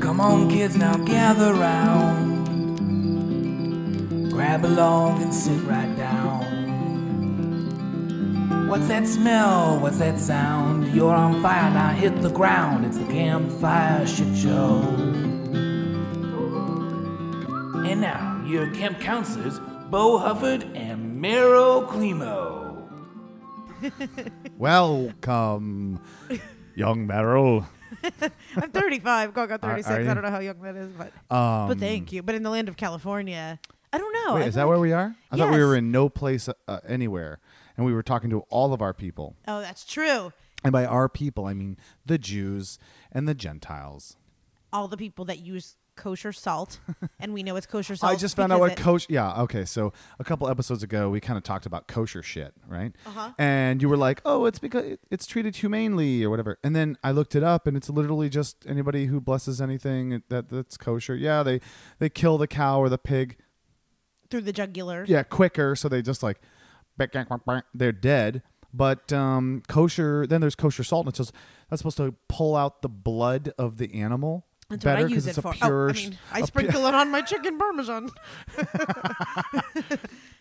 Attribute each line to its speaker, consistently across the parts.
Speaker 1: Come on, kids, now gather round. Grab along and sit right down. What's that smell? What's that sound? You're on fire, now hit the ground. It's the campfire shit show. And now, your camp counselors, Bo Hufford and Meryl Climo.
Speaker 2: Welcome, young Merrill.
Speaker 3: I'm 35. Go, got 36.
Speaker 2: are you? Um,
Speaker 3: I don't know how young that is, but but thank you. But in the land of California, I don't know.
Speaker 4: Wait,
Speaker 3: I
Speaker 4: is
Speaker 3: feel
Speaker 4: that
Speaker 3: like-
Speaker 4: where we are? I thought we
Speaker 3: Yes.
Speaker 4: were in no place uh, anywhere, and we were talking to all of our people.
Speaker 3: Oh, that's true.
Speaker 4: And by our people, I mean the Jews and the Gentiles.
Speaker 3: All the people that use kosher salt, and we know it's kosher salt.
Speaker 4: I just found out
Speaker 3: because
Speaker 4: what
Speaker 3: it-
Speaker 4: kosher. Yeah, okay. So a couple episodes ago, we kind of talked about kosher shit, right? Uh-huh. And you were like, "Oh, it's because it- it's treated humanely or whatever." And then I looked it up, and it's literally just anybody who blesses anything that that's kosher. Yeah, they they kill the cow or the pig.
Speaker 3: through the jugular.
Speaker 4: yeah quicker so they just like bang, bang, bang, bang, they're dead but um kosher then there's kosher salt and it's just that's supposed to pull out the blood of the animal
Speaker 3: That's what I
Speaker 4: better
Speaker 3: use
Speaker 4: because
Speaker 3: it
Speaker 4: it's a
Speaker 3: for.
Speaker 4: pure
Speaker 3: oh, I
Speaker 4: sh-
Speaker 3: mean, I sprinkle it on my chicken parmesan.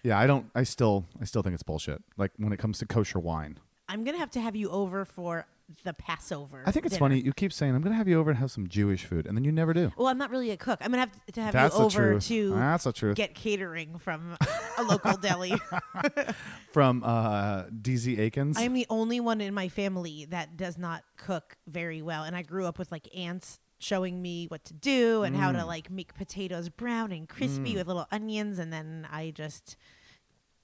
Speaker 4: yeah i don't i still i still think it's bullshit like when it comes to kosher wine
Speaker 3: I'm gonna have to have you over for the Passover.
Speaker 4: i think it's
Speaker 3: dinner.
Speaker 4: funny you keep saying i'm gonna have you over and have some jewish food and then you never do
Speaker 3: Well, I'm not really a cook. I'm gonna have to have
Speaker 4: That's
Speaker 3: you
Speaker 4: the
Speaker 3: over
Speaker 4: truth.
Speaker 3: to
Speaker 4: That's the truth.
Speaker 3: get catering from a local deli.
Speaker 4: from uh dz akins
Speaker 3: I am the only one in my family that does not cook very well, and I grew up with like aunts showing me what to do and how to
Speaker 4: Mm.
Speaker 3: like make potatoes brown and crispy with little onions, and then I just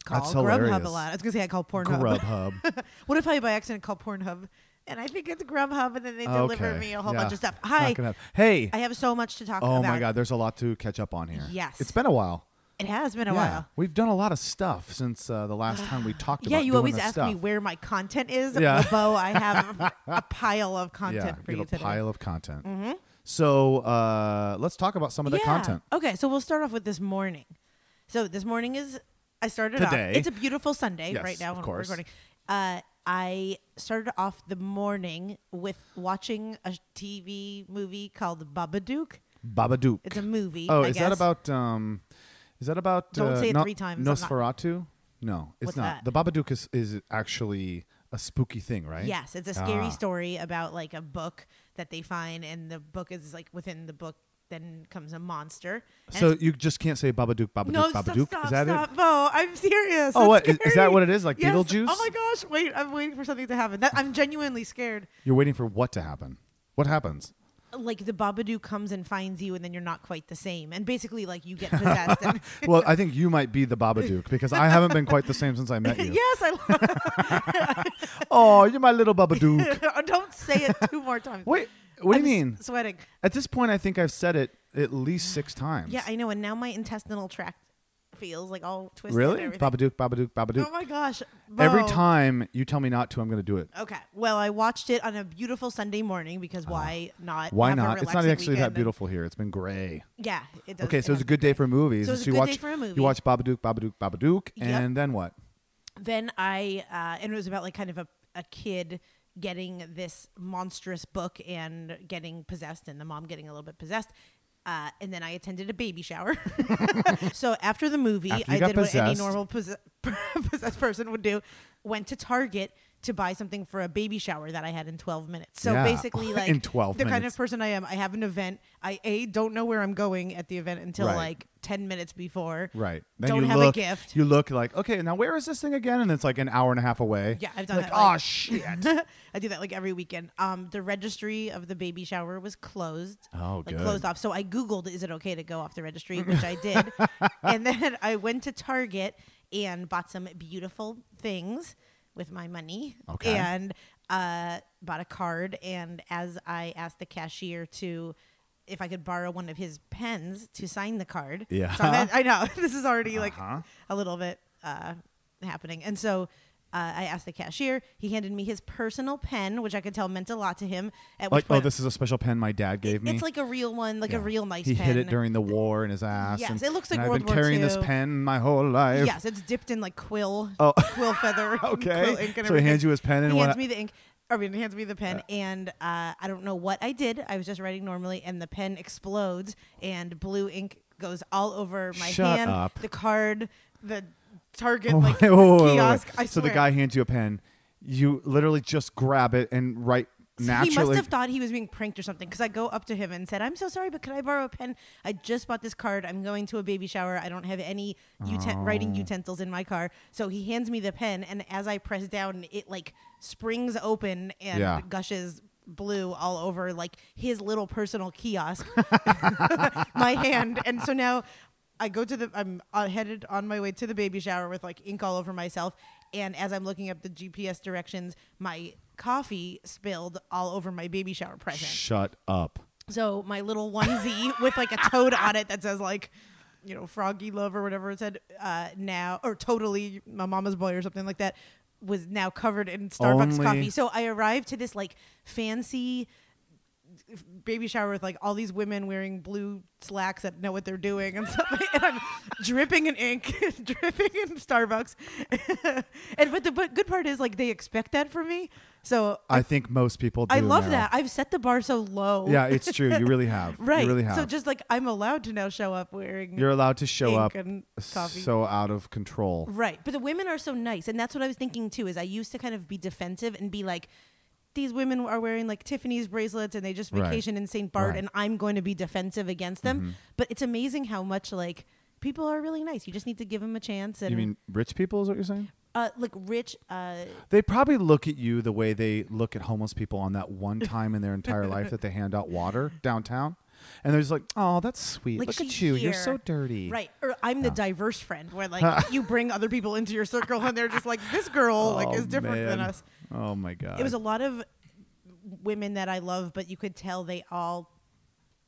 Speaker 3: call
Speaker 4: That's
Speaker 3: Grubhub
Speaker 4: hilarious.
Speaker 3: a lot. I was gonna say I call Pornhub.
Speaker 4: grubhub
Speaker 3: what if I by accident call Pornhub and I think it's Grubhub, and then they deliver
Speaker 4: okay.
Speaker 3: me a whole
Speaker 4: yeah.
Speaker 3: bunch of stuff?
Speaker 4: It's not
Speaker 3: Hi,
Speaker 4: gonna happen. hey
Speaker 3: I have so much to talk
Speaker 4: oh
Speaker 3: about.
Speaker 4: my god there's a lot to catch up on here
Speaker 3: Yes.
Speaker 4: it's been a while
Speaker 3: it has been a
Speaker 4: Yeah,
Speaker 3: while.
Speaker 4: We've done a lot of stuff since uh, the last time we talked
Speaker 3: Yeah,
Speaker 4: about
Speaker 3: you
Speaker 4: doing
Speaker 3: always
Speaker 4: this
Speaker 3: ask
Speaker 4: stuff.
Speaker 3: me where my content is.
Speaker 4: Yeah.
Speaker 3: Well, Bo, I have a, a pile of content
Speaker 4: yeah,
Speaker 3: for
Speaker 4: you
Speaker 3: you
Speaker 4: have a
Speaker 3: today. Mm-hmm.
Speaker 4: pile of content. So uh, let's talk about some of the content.
Speaker 3: Okay, so we'll start off with this morning. So this morning is I started
Speaker 4: Today.
Speaker 3: off. It's a beautiful Sunday
Speaker 4: Yes,
Speaker 3: right now
Speaker 4: of
Speaker 3: when we're
Speaker 4: course.
Speaker 3: recording. Uh, I started off the morning with watching a TV movie called Babadook.
Speaker 4: Babadook.
Speaker 3: It's a movie.
Speaker 4: oh,
Speaker 3: I
Speaker 4: is
Speaker 3: guess.
Speaker 4: that about? Um, is that about?
Speaker 3: Don't
Speaker 4: uh,
Speaker 3: say it
Speaker 4: no-
Speaker 3: three times, I'm not-
Speaker 4: Nosferatu. no, it's
Speaker 3: What's
Speaker 4: not.
Speaker 3: that?
Speaker 4: The Babadook is is actually a spooky thing, right?
Speaker 3: Yes, it's a scary
Speaker 4: Ah.
Speaker 3: story about like a book that they find, and the book is like within the book. Then comes a monster. And
Speaker 4: So
Speaker 3: it's-
Speaker 4: you just can't say Babadook, Babadook,
Speaker 3: no,
Speaker 4: Babadook.
Speaker 3: stop, stop,
Speaker 4: is that
Speaker 3: stop,
Speaker 4: it?
Speaker 3: Bo, I'm serious.
Speaker 4: Oh,
Speaker 3: It's
Speaker 4: what, is- is that
Speaker 3: scary.
Speaker 4: what it is, like
Speaker 3: Yes.
Speaker 4: Beetlejuice?
Speaker 3: Oh my gosh! Wait, I'm waiting for something to happen. That, I'm genuinely scared.
Speaker 4: You're waiting for what to happen? What happens?
Speaker 3: like the Babadook comes and finds you, and then you're not quite the same, and basically like you get possessed. and
Speaker 4: Well, I think you might be the Babadook because I haven't been quite the same since I met you.
Speaker 3: yes, I love.
Speaker 4: Oh, you're my little Babadook.
Speaker 3: Oh, Don't say it two more times.
Speaker 4: Wait, what
Speaker 3: I'm
Speaker 4: do you mean?
Speaker 3: s- Sweating.
Speaker 4: At this point, I think I've said it at least six times.
Speaker 3: Yeah, I know. And now my intestinal tract feels like all twisted.
Speaker 4: really?
Speaker 3: And everything.
Speaker 4: Babadook, Babadook, Babadook.
Speaker 3: Oh my Uh, gosh!
Speaker 4: Every
Speaker 3: Bo.
Speaker 4: time you tell me not to, I'm going to do it.
Speaker 3: Okay. Well, I watched it on a beautiful Sunday morning because why not?
Speaker 4: Uh-huh. Why
Speaker 3: have a
Speaker 4: not? It's not
Speaker 3: relaxing
Speaker 4: actually that
Speaker 3: weekend?
Speaker 4: beautiful here. It's been gray.
Speaker 3: Yeah. It does.
Speaker 4: Okay, so it's
Speaker 3: it's
Speaker 4: a good day for movies.
Speaker 3: So it was a
Speaker 4: you
Speaker 3: good
Speaker 4: watch,
Speaker 3: day for a movie.
Speaker 4: You watch Babadook, Babadook, Babadook,
Speaker 3: Yep.
Speaker 4: and then what?
Speaker 3: then I uh, and it was about like kind of a a kid getting this monstrous book and getting possessed and the mom getting a little bit possessed. Uh, and then I attended a baby shower. so after the movie,
Speaker 4: After you
Speaker 3: I
Speaker 4: got
Speaker 3: did what any
Speaker 4: possessed.
Speaker 3: normal possess- possessed person would do. Went to Target to buy something for a baby shower that I had in 12 minutes. So
Speaker 4: Yeah.
Speaker 3: basically, like
Speaker 4: In 12
Speaker 3: the kind
Speaker 4: minutes.
Speaker 3: of person I am, I have an event. I a don't know where I'm going at the event until
Speaker 4: Right.
Speaker 3: like 10 minutes before.
Speaker 4: Right. Then
Speaker 3: don't
Speaker 4: you
Speaker 3: have
Speaker 4: look,
Speaker 3: a gift.
Speaker 4: You look like, okay, now where is this thing again? And it's like an hour and a half away.
Speaker 3: Yeah, I've done
Speaker 4: like,
Speaker 3: that, like-
Speaker 4: oh shit.
Speaker 3: I do that like every weekend. Um, the registry of the baby shower was closed.
Speaker 4: Oh,
Speaker 3: like
Speaker 4: good.
Speaker 3: closed off. So I Googled, is it okay to go off the registry, which I did, and then I went to Target and bought some beautiful things with my money.
Speaker 4: Okay.
Speaker 3: And uh, bought a card, and as I asked the cashier to. If I could borrow one of his pens to sign the card,
Speaker 4: Yeah.
Speaker 3: So I'm at- I know this is already like
Speaker 4: Uh-huh.
Speaker 3: a little bit uh, happening. And so uh, I asked the cashier. He handed me his personal pen, which I could tell meant a lot to him. At
Speaker 4: like,
Speaker 3: which
Speaker 4: oh,
Speaker 3: point,
Speaker 4: this is a special pen my dad gave me.
Speaker 3: it's like a real one, like a
Speaker 4: Yeah.
Speaker 3: real nice
Speaker 4: He
Speaker 3: pen.
Speaker 4: hid it during the war in his ass.
Speaker 3: Yes,
Speaker 4: and,
Speaker 3: it looks like
Speaker 4: and
Speaker 3: World
Speaker 4: I've been
Speaker 3: War
Speaker 4: carrying this
Speaker 3: II.
Speaker 4: pen my whole life.
Speaker 3: Yes, it's dipped in like quill,
Speaker 4: Oh.
Speaker 3: quill feather. and
Speaker 4: Okay.
Speaker 3: quill ink and
Speaker 4: So he hands
Speaker 3: everything.
Speaker 4: you his pen and
Speaker 3: he
Speaker 4: what-
Speaker 3: hands me the ink. I mean, he hands me the pen, and uh, I don't know what I did. I was just writing normally, and the pen explodes, and blue ink goes all over my
Speaker 4: Shut
Speaker 3: hand,
Speaker 4: up.
Speaker 3: the card, the target,
Speaker 4: Oh,
Speaker 3: like
Speaker 4: wait, wait, wait, wait,
Speaker 3: kiosk.
Speaker 4: wait.
Speaker 3: I
Speaker 4: so the
Speaker 3: swear.
Speaker 4: guy hands you a pen. You literally just grab it and write naturally.
Speaker 3: He must have thought he was being pranked or something because I go up to him and said, I'm so sorry, but could I borrow a pen? I just bought this card. I'm going to a baby shower. I don't have any uten-
Speaker 4: Oh.
Speaker 3: writing utensils in my car. So he hands me the pen, and as I press down, it like springs open and
Speaker 4: Yeah.
Speaker 3: gushes blue all over like his little personal kiosk, my hand. And so now. I go to the. I'm uh, headed on my way to the baby shower with like ink all over myself, and as I'm looking up the GPS directions, my coffee spilled all over my baby shower present.
Speaker 4: Shut up.
Speaker 3: So my little onesie with like a toad on it that says like, you know, froggy love or whatever it said, uh, now or totally my mama's boy or something like that, was now covered in Starbucks
Speaker 4: Only-
Speaker 3: coffee. So I arrived to this like fancy baby shower with like all these women wearing blue slacks that know what they're doing and stuff. and I'm dripping in ink, dripping in Starbucks. and but the but good part is like they expect that from me. So
Speaker 4: I think most people. Do
Speaker 3: I love
Speaker 4: now.
Speaker 3: that. I've set the bar so low.
Speaker 4: Yeah, it's true. You really have.
Speaker 3: Right.
Speaker 4: You really have.
Speaker 3: So just like I'm allowed to now show up wearing
Speaker 4: You're allowed to show
Speaker 3: ink
Speaker 4: up
Speaker 3: and coffee.
Speaker 4: so out of control.
Speaker 3: Right. But the women are so nice. And that's what I was thinking too, is I used to kind of be defensive and be like, these women are wearing like Tiffany's bracelets and they just
Speaker 4: Right.
Speaker 3: vacation in St.
Speaker 4: Right.
Speaker 3: Bart
Speaker 4: Mm-hmm.
Speaker 3: and I'm going to be defensive against them. But it's amazing how much like people are really nice. You just need to give them a chance and
Speaker 4: You mean rich people is what you're saying?
Speaker 3: uh, like rich uh,
Speaker 4: They probably look at you the way they look at homeless people on that one time in their entire life that they hand out water downtown. And they're just like, oh, that's sweet.
Speaker 3: like
Speaker 4: look
Speaker 3: she's
Speaker 4: at you. You're
Speaker 3: here.
Speaker 4: so dirty.
Speaker 3: right or i'm the diverse friend where like you bring other people into your circle and they're just like this girl like
Speaker 4: Oh,
Speaker 3: is different than
Speaker 4: man.
Speaker 3: us
Speaker 4: Oh, my God.
Speaker 3: it was a lot of women that I love, but you could tell they all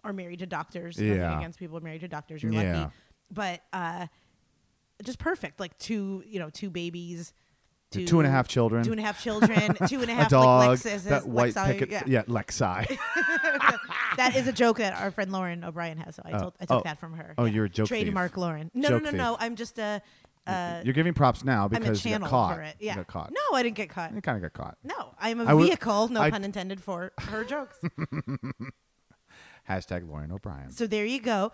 Speaker 3: are married to doctors. Nothing
Speaker 4: Yeah.
Speaker 3: against people married to doctors. You're
Speaker 4: Yeah.
Speaker 3: lucky, but uh, just perfect. Like two, you know, two babies, two,
Speaker 4: two and a half children.
Speaker 3: two and a half children, two and a half
Speaker 4: a dog.
Speaker 3: like Lexus,
Speaker 4: that white
Speaker 3: Lexi,
Speaker 4: picket.
Speaker 3: yeah.
Speaker 4: Lexi.
Speaker 3: that is a joke that our friend Lauren O'Brien has. So I told, I took
Speaker 4: oh.
Speaker 3: that from her.
Speaker 4: Oh, you're a joke thief.
Speaker 3: Trademark Lauren. No,
Speaker 4: Joke
Speaker 3: no, no, no.
Speaker 4: thief.
Speaker 3: I'm just a. Uh,
Speaker 4: you're giving props now
Speaker 3: I'm a
Speaker 4: because you
Speaker 3: channel
Speaker 4: got caught.
Speaker 3: for it. Yeah.
Speaker 4: You got caught.
Speaker 3: No, I didn't get caught.
Speaker 4: You kind of got caught.
Speaker 3: No, I'm a
Speaker 4: I would-
Speaker 3: vehicle. no
Speaker 4: I-
Speaker 3: pun intended for her jokes.
Speaker 4: Hashtag Lauren O'Brien.
Speaker 3: So there you go.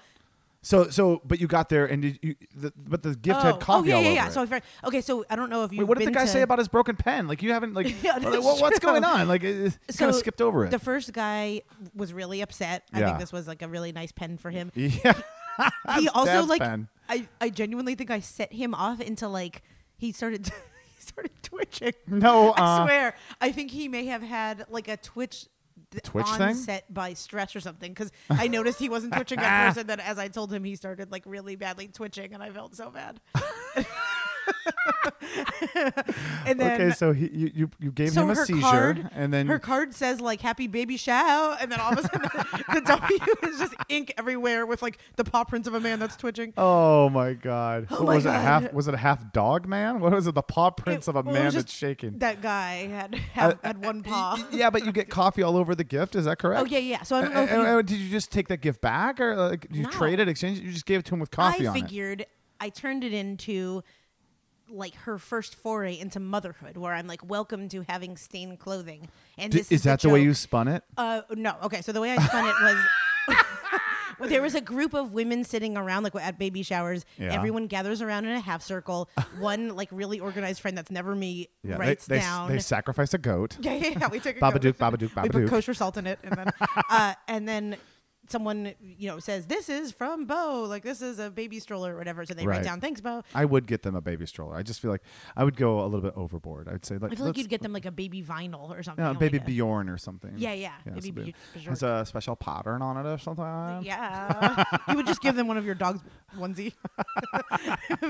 Speaker 4: So, so, but you got there and did you, the, but the gift
Speaker 3: oh.
Speaker 4: had coffee
Speaker 3: oh, yeah,
Speaker 4: all
Speaker 3: yeah,
Speaker 4: over
Speaker 3: yeah.
Speaker 4: it.
Speaker 3: So I forgot. okay, so I don't know if you.
Speaker 4: Wait, what did the guy say about his broken pen? Like you haven't like,
Speaker 3: Yeah,
Speaker 4: like,
Speaker 3: that's
Speaker 4: what- what's
Speaker 3: true.
Speaker 4: going on? Like it, it kind of skipped over it.
Speaker 3: The first guy was really upset. I
Speaker 4: Yeah.
Speaker 3: think this was like a really nice pen for him.
Speaker 4: yeah.
Speaker 3: He also
Speaker 4: Dad's
Speaker 3: like
Speaker 4: pen.
Speaker 3: I, I genuinely think I set him off into like he started he started twitching.
Speaker 4: No, uh,
Speaker 3: I swear. I think he may have had like a twitch th-
Speaker 4: Twitch
Speaker 3: on
Speaker 4: thing?
Speaker 3: set by stress or something because I noticed he wasn't twitching at first, and then as I told him, he started like really badly twitching, and I felt so bad. and then
Speaker 4: okay, so he, you, you you gave
Speaker 3: so
Speaker 4: him a
Speaker 3: her
Speaker 4: seizure,
Speaker 3: card,
Speaker 4: and then
Speaker 3: her card says like "Happy Baby Show," and then all of a sudden the W is just ink everywhere with like the paw prints of a man that's twitching.
Speaker 4: oh my god, What
Speaker 3: my
Speaker 4: was it a half?
Speaker 3: God.
Speaker 4: Was it a half dog man? What was it? The paw prints
Speaker 3: It-
Speaker 4: of a
Speaker 3: well, it
Speaker 4: man
Speaker 3: was
Speaker 4: that's
Speaker 3: just-
Speaker 4: shaking. Uh,
Speaker 3: That guy had had, had one paw.
Speaker 4: yeah, but you get coffee all over the gift. Is that correct?
Speaker 3: Oh yeah, yeah. So I don't know.
Speaker 4: Uh,
Speaker 3: If you,
Speaker 4: uh, did you just take that gift back, or uh, like, did you
Speaker 3: No.
Speaker 4: trade it, exchange it? You just gave it to him with coffee
Speaker 3: I
Speaker 4: on it.
Speaker 3: figured I turned it into like her first foray into motherhood, where I'm like, welcome to having stained clothing. And
Speaker 4: D-
Speaker 3: this
Speaker 4: is, that the, way
Speaker 3: joke.
Speaker 4: you spun it?
Speaker 3: Uh, no. Okay. So the way I spun it was. well, There was a group of women sitting around, like at baby showers.
Speaker 4: Yeah.
Speaker 3: Everyone gathers around in a half circle. One, like, really organized friend that's never me
Speaker 4: Yeah, they-
Speaker 3: writes
Speaker 4: they, s-
Speaker 3: down.
Speaker 4: they sacrificed a goat.
Speaker 3: yeah, yeah, yeah. We took a goat.
Speaker 4: Babadook, Babadook,
Speaker 3: We put
Speaker 4: Babadook.
Speaker 3: kosher salt in it, and then, uh, and then someone you know says, "This is from Bo. Like, this is a baby stroller or whatever." So they
Speaker 4: Right.
Speaker 3: write down, "Thanks, Bo."
Speaker 4: I would get them a baby stroller. I just feel like I would go a little bit overboard. I'd say like,
Speaker 3: I feel like
Speaker 4: let's-
Speaker 3: you'd get them like a baby vinyl or something. Oh,
Speaker 4: Yeah,
Speaker 3: like
Speaker 4: baby
Speaker 3: a-
Speaker 4: Bjorn or something.
Speaker 3: Yeah, yeah, maybe
Speaker 4: something.
Speaker 3: Bj-
Speaker 4: Has
Speaker 3: Bjork.
Speaker 4: a special pattern on it or something.
Speaker 3: Uh, Yeah, you would just give them one of your dog's onesie.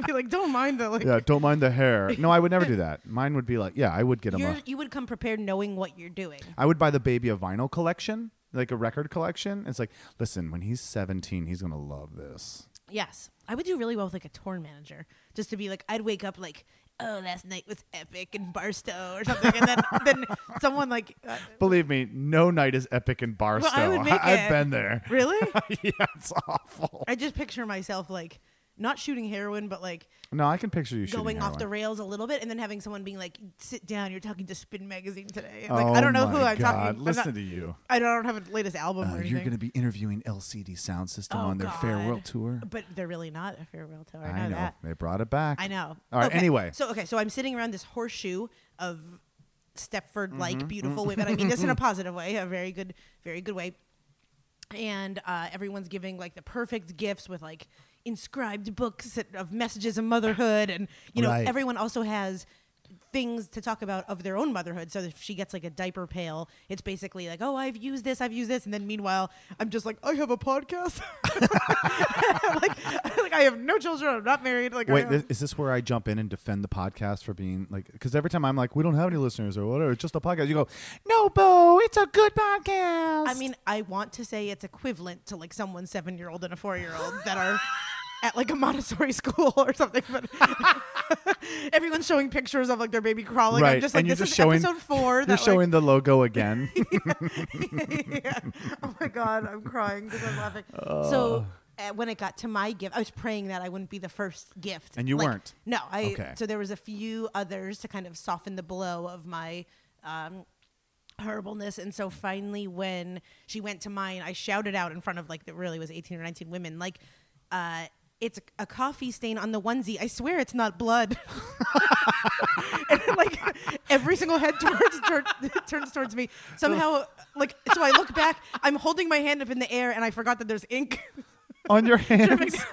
Speaker 3: Be like, "Don't mind the like."
Speaker 4: Yeah, don't mind the hair. No, I would never do that. Mine would be like, yeah, I would get them.
Speaker 3: You're,
Speaker 4: A,
Speaker 3: you would come prepared knowing what you're doing.
Speaker 4: I would buy the baby a vinyl collection, like a record collection. It's like, listen, when he's 17, he's gonna love this.
Speaker 3: Yes, I would do really well with like a tour manager, just to be like, I'd wake up like, oh, last night was epic in Barstow or something, and then then someone like, uh,
Speaker 4: Believe me, no night is epic in Barstow.
Speaker 3: well, I would make
Speaker 4: have
Speaker 3: it.
Speaker 4: been there.
Speaker 3: Really?
Speaker 4: yeah, it's awful.
Speaker 3: I just picture myself like not shooting heroin, but like
Speaker 4: No, I can picture you shooting
Speaker 3: going off the
Speaker 4: heroin.
Speaker 3: rails a little bit, and then having someone being like, "Sit down, you're talking to Spin Magazine today." Like I don't know
Speaker 4: Oh my
Speaker 3: who I'm
Speaker 4: God.
Speaker 3: talking. I'm
Speaker 4: Listen
Speaker 3: not-
Speaker 4: to you.
Speaker 3: I don't, I don't have a latest album
Speaker 4: Uh,
Speaker 3: or anything.
Speaker 4: you're going to be interviewing LCD Sound System
Speaker 3: Oh,
Speaker 4: on their
Speaker 3: God.
Speaker 4: farewell tour.
Speaker 3: but they're really not a farewell tour. I know,
Speaker 4: I know.
Speaker 3: that.
Speaker 4: They brought it back.
Speaker 3: I know.
Speaker 4: All right.
Speaker 3: Okay.
Speaker 4: Anyway,
Speaker 3: So okay, so I'm sitting around this horseshoe of Stepford
Speaker 4: Mm-hmm,
Speaker 3: like beautiful women. I mean this in a positive way, a very good, very good way. And uh, everyone's giving like the perfect gifts with like inscribed books that- of messages of motherhood, and you know
Speaker 4: Right.
Speaker 3: everyone also has things to talk about of their own motherhood. So if she gets like a diaper pail, it's basically like, oh, I've used this, I've used this, and then meanwhile, I'm just like, I have a podcast. like, like I have no children, I'm not married. Like, I
Speaker 4: wait,
Speaker 3: am-
Speaker 4: thi- is this where I jump in and defend the podcast for being like? Because every time I'm like, we don't have any listeners or whatever. It's just a podcast. You go, no, Bo, it's a good podcast.
Speaker 3: I mean, I want to say it's equivalent to like someone seven year old and a four year old that are at like a Montessori school or something, but everyone's showing pictures of like their baby crawling.
Speaker 4: right?
Speaker 3: I'm just like,
Speaker 4: and you're
Speaker 3: this
Speaker 4: just
Speaker 3: is
Speaker 4: showing
Speaker 3: episode four.
Speaker 4: You're
Speaker 3: that, like-
Speaker 4: showing the logo again.
Speaker 3: yeah. Oh my god, I'm crying because I'm laughing. So uh, when it got to my gift, I was praying that I wouldn't be the first gift,
Speaker 4: And you weren't?
Speaker 3: No, I.
Speaker 4: Okay.
Speaker 3: So there was a few others to kind of soften the blow of my. Um, horribleness and so finally when she went to mine i shouted out in front of like there really was 18 or 19 women like uh it's a coffee stain on the onesie i swear it's not blood and then, like every single head towards tur- turns towards me somehow like so i look back i'm holding my hand up in the air and i forgot that there's ink
Speaker 4: on your hands.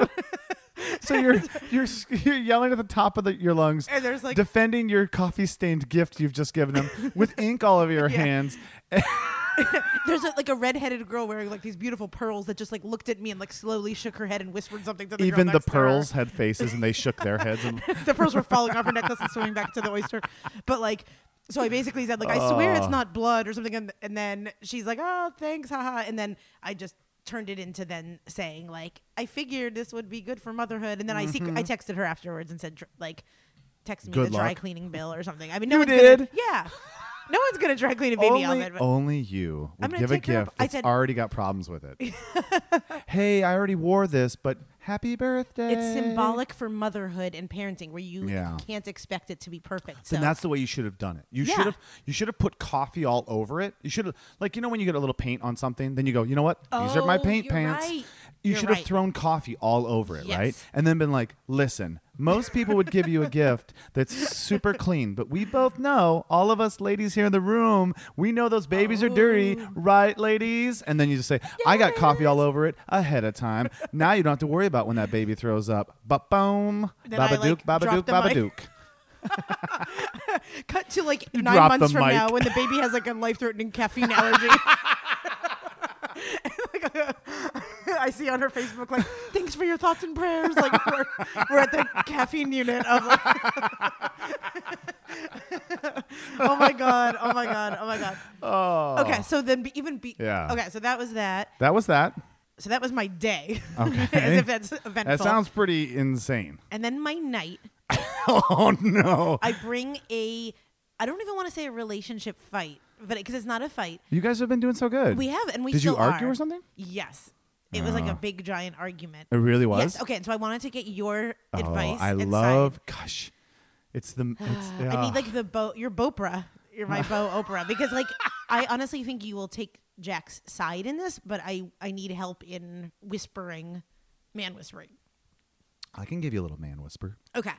Speaker 4: so you're you're s- you're yelling at the top of the, your lungs,
Speaker 3: And there's, like-
Speaker 4: defending your coffee stained gift you've just given them with ink all over your
Speaker 3: Yeah.
Speaker 4: hands.
Speaker 3: there's a, like a redheaded girl wearing like these beautiful pearls that just like looked at me and like slowly shook her head and whispered something to the girl
Speaker 4: Even the
Speaker 3: next to her.
Speaker 4: pearls had faces, and they shook their heads. And
Speaker 3: the pearls were falling off her necklace and swimming back to the oyster but like so I basically said like I swear it's not blood or something and, and then she's like oh thanks haha and then I just turned it into then saying like I figured this would be good for motherhood and then I secret- I texted her afterwards and said dr- like text me
Speaker 4: Mm-hmm. Good
Speaker 3: the dry
Speaker 4: luck.
Speaker 3: cleaning bill or something I mean no
Speaker 4: You
Speaker 3: one's
Speaker 4: did?
Speaker 3: gonna yeah no one's gonna dry clean a
Speaker 4: only,
Speaker 3: baby outfit but
Speaker 4: only you
Speaker 3: I'm
Speaker 4: would
Speaker 3: gonna
Speaker 4: give a
Speaker 3: take care of-
Speaker 4: gift
Speaker 3: I
Speaker 4: that's
Speaker 3: said-
Speaker 4: already got problems with it. hey, I already wore this, but happy birthday.
Speaker 3: it's symbolic for motherhood and parenting where you
Speaker 4: Yeah.
Speaker 3: can't expect it to be perfect so
Speaker 4: Then that's the way you should have done it. You
Speaker 3: Yeah.
Speaker 4: should have you should have put coffee all over it. You should have like you know when you get a little paint on something, then you go, you know what? These are my
Speaker 3: Oh,
Speaker 4: paint
Speaker 3: you're
Speaker 4: pants.
Speaker 3: right.
Speaker 4: You
Speaker 3: You're
Speaker 4: should have
Speaker 3: right.
Speaker 4: thrown coffee all over it, right?
Speaker 3: Yes.
Speaker 4: And then been like, listen, most people would give you a gift that's super clean, but we both know, all of us ladies here in the room, we know those babies are dirty,
Speaker 3: Oh.
Speaker 4: right, ladies? And then you just say, I got coffee all over it ahead of time. now you don't have to worry about when that baby throws up. But boom,
Speaker 3: Then I,
Speaker 4: babadook,
Speaker 3: like,
Speaker 4: babadook,
Speaker 3: drop the mic.
Speaker 4: babadook.
Speaker 3: Cut to like
Speaker 4: You
Speaker 3: nine
Speaker 4: drop
Speaker 3: months
Speaker 4: the
Speaker 3: from
Speaker 4: mic.
Speaker 3: now when the baby has like a life threatening caffeine allergy. I see on her Facebook like, thanks for your thoughts and prayers. Like we're, we're at the caffeine unit of. Like oh my god! Oh my god! Oh my god!
Speaker 4: Oh.
Speaker 3: Okay, so then be, even be
Speaker 4: Yeah.
Speaker 3: Okay, so that was that.
Speaker 4: That was that.
Speaker 3: So that was my day.
Speaker 4: Okay.
Speaker 3: As if that's eventful.
Speaker 4: That sounds pretty insane.
Speaker 3: and then my night.
Speaker 4: Oh no.
Speaker 3: I bring a. I don't even want to say a relationship fight, but because it's not a fight.
Speaker 4: You guys have been doing so good.
Speaker 3: We have, and we
Speaker 4: Did
Speaker 3: still
Speaker 4: you argue
Speaker 3: are.
Speaker 4: or something? Uh.
Speaker 3: Yes, it was like a big giant argument.
Speaker 4: It really was.
Speaker 3: Yes. Okay. So I wanted to get your
Speaker 4: Oh,
Speaker 3: advice.
Speaker 4: I
Speaker 3: and
Speaker 4: love gosh. It's the. It's,
Speaker 3: I
Speaker 4: ah.
Speaker 3: need like the Bo. You're Bopra. You're my Bo Oprah because like I honestly think you will take Jack's side in this, but I I need help in whispering, man whispering.
Speaker 4: I can give you a little man whisper.
Speaker 3: Okay.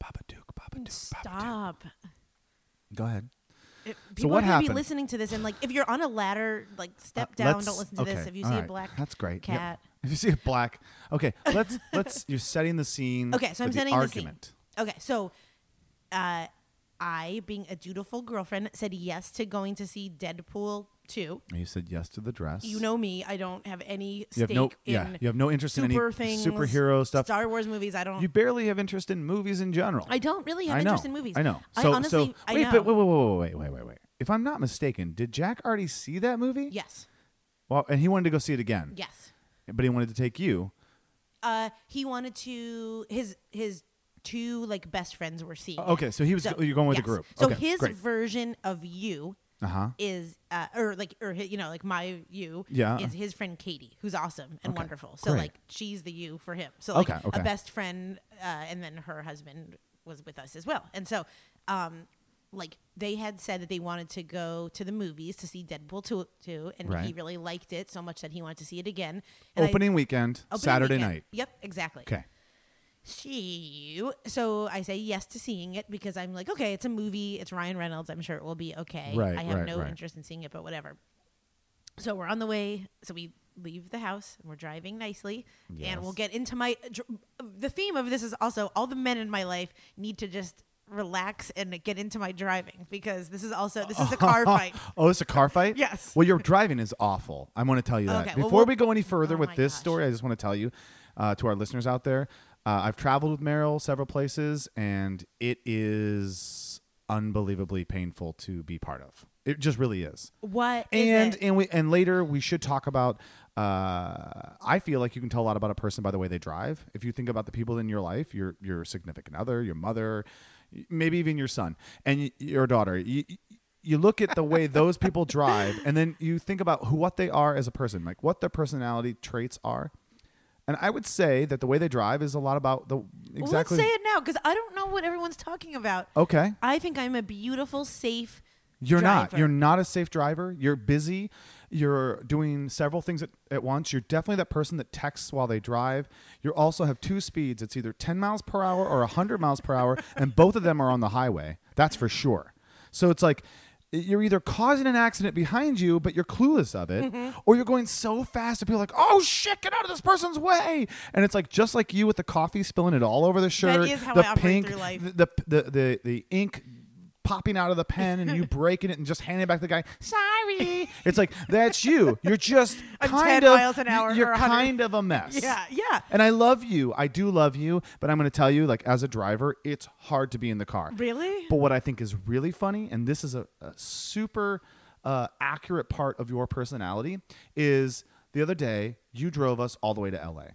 Speaker 4: Baba Duke, Baba Duke.
Speaker 3: Stop.
Speaker 4: Go ahead.
Speaker 3: It- Uh, people
Speaker 4: what
Speaker 3: are gonna
Speaker 4: happened?
Speaker 3: be listening to this and like if you're on a ladder, like step
Speaker 4: Uh,
Speaker 3: down,
Speaker 4: let's-
Speaker 3: don't listen to this.
Speaker 4: okay,
Speaker 3: If you
Speaker 4: all
Speaker 3: see a
Speaker 4: right.
Speaker 3: black
Speaker 4: that's great. Yep.
Speaker 3: cat.
Speaker 4: If you see a black, okay, let's let's. You're setting the scene.
Speaker 3: Okay, so I'm
Speaker 4: Mm, for the
Speaker 3: setting
Speaker 4: argument.
Speaker 3: the scene. Okay, so uh, I, being a dutiful girlfriend, said yes to going to see Deadpool 2.
Speaker 4: And You said yes to the dress.
Speaker 3: You know me, I don't have any
Speaker 4: You
Speaker 3: stake
Speaker 4: have no-
Speaker 3: in
Speaker 4: yeah, you have no interest in any
Speaker 3: super things,
Speaker 4: superhero stuff.
Speaker 3: Star Wars movies, I don't
Speaker 4: you barely have interest in movies in general.
Speaker 3: I don't really have
Speaker 4: I know,
Speaker 3: interest in movies.
Speaker 4: I know.
Speaker 3: I
Speaker 4: So,
Speaker 3: honestly
Speaker 4: so
Speaker 3: I
Speaker 4: wait,
Speaker 3: know.
Speaker 4: but wait, wait, wait, wait, wait, wait, wait. If I'm not mistaken, did Jack already see that movie?
Speaker 3: Yes.
Speaker 4: Well, and he wanted to go see it again.
Speaker 3: Yes.
Speaker 4: But he wanted to take you.
Speaker 3: Uh, he wanted to his his two like best friends were seeing. it.
Speaker 4: Oh, Okay, so he was you're going with
Speaker 3: yes.
Speaker 4: the group.
Speaker 3: So
Speaker 4: okay,
Speaker 3: his
Speaker 4: great.
Speaker 3: version of you
Speaker 4: Uh-huh.
Speaker 3: is uh, or like or hi- you know like my you
Speaker 4: Yeah.
Speaker 3: is his friend Katie who's awesome and wonderful. So
Speaker 4: great.
Speaker 3: like she's the you for him. So like
Speaker 4: Okay, okay.
Speaker 3: a best friend uh, and then her husband was with us as well. And so um like they had said that they wanted to go to the movies to see Deadpool 2, 2 and he
Speaker 4: Right.
Speaker 3: really liked it so much that he wanted to see it again. And I-
Speaker 4: Opening weekend,
Speaker 3: opening
Speaker 4: Saturday
Speaker 3: weekend.
Speaker 4: night.
Speaker 3: Yep, exactly.
Speaker 4: Okay.
Speaker 3: See you. So I say yes to seeing it because I'm like, okay, it's a movie. It's Ryan Reynolds. I'm sure it will be okay.
Speaker 4: Right,
Speaker 3: I have
Speaker 4: right,
Speaker 3: no
Speaker 4: right.
Speaker 3: interest in seeing it, but whatever. So we're on the way. So we leave the house. and We're driving nicely, and we'll get into my. dr- The theme of this is also all the men in my life need to just relax and get into my driving because this is also this is a car fight.
Speaker 4: Oh, it's a car fight?
Speaker 3: Yes.
Speaker 4: Well, your driving is awful. I want to tell you that.
Speaker 3: Okay, well,
Speaker 4: Before
Speaker 3: we'll-
Speaker 4: we go any further
Speaker 3: Oh
Speaker 4: with
Speaker 3: my
Speaker 4: this
Speaker 3: gosh.
Speaker 4: story, I just want to tell you uh, to our listeners out there uh, I've traveled with Meryl several places, and it is unbelievably painful to be part of. It just really is.
Speaker 3: What is
Speaker 4: And
Speaker 3: it?
Speaker 4: and we and later we should talk about. Uh, I feel like you can tell a lot about a person by the way they drive. If you think about the people in your life, your your significant other, your mother, maybe even your son and y- your daughter. You, you look at the way those people drive, and then you think about who what they are as a person, like what their personality traits are. And I would say that the way they drive is a lot about the
Speaker 3: Well,
Speaker 4: exactly. Oh,
Speaker 3: let's say it now because I don't know what everyone's talking about.
Speaker 4: Okay.
Speaker 3: I think I'm a beautiful, safe.
Speaker 4: You're not.
Speaker 3: driver.
Speaker 4: You're not a safe driver. You're busy. You're doing several things at, at once. You're definitely that person that texts while they drive. You also have two speeds. It's either 10 miles per hour or 100 miles per hour, and both of them are on the highway. That's for sure. So it's like you're either causing an accident behind you, but you're clueless of it,
Speaker 3: Mm-hmm.
Speaker 4: or you're going so fast that people are like, oh shit, get out of this person's way. And it's like just like you with the coffee spilling it all over the shirt,
Speaker 3: is how
Speaker 4: the
Speaker 3: I operate
Speaker 4: pink,
Speaker 3: through life.
Speaker 4: the the the the ink popping out of the pen and you breaking it and just handing it back to the guy. Sorry. It's like that's you. You're just
Speaker 3: I'm
Speaker 4: kind
Speaker 3: 10
Speaker 4: of
Speaker 3: miles an hour
Speaker 4: you're
Speaker 3: or 100.
Speaker 4: kind of a mess.
Speaker 3: Yeah, yeah.
Speaker 4: And I love you. I do love you, but I'm going to tell you like as a driver, it's hard to be in the car.
Speaker 3: Really?
Speaker 4: But what I think is really funny, and this is a, a super uh, accurate part of your personality, is the other day you drove us all the way to LA.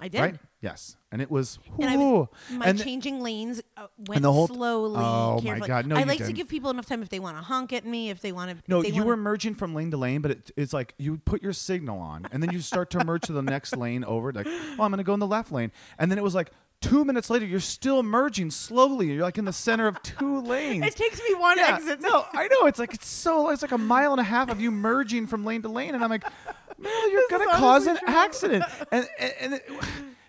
Speaker 3: I did.
Speaker 4: Right? Yes. And it was,
Speaker 3: And I was,
Speaker 4: whoo.
Speaker 3: my
Speaker 4: And th-
Speaker 3: changing lanes uh, went
Speaker 4: the whole-
Speaker 3: slowly.
Speaker 4: Oh, my
Speaker 3: carefully.
Speaker 4: God. No,
Speaker 3: I
Speaker 4: you
Speaker 3: like to
Speaker 4: didn't.
Speaker 3: give people enough time if they want to honk at me, if they want to.
Speaker 4: No, you were merging from lane to lane, but it, it's like you put your signal on, and then you start to merge to the next lane over. Like, oh, I'm gonna go in the left lane, and then it was like two minutes later, you're still merging slowly. You're like in the center of two lanes.
Speaker 3: It takes me one
Speaker 4: Yeah,
Speaker 3: exit.
Speaker 4: No, I know. It's like it's so. It's like a mile and a half of you merging from lane to lane, and I'm like, Meryl, you're gonna cause an accident, and and, and it-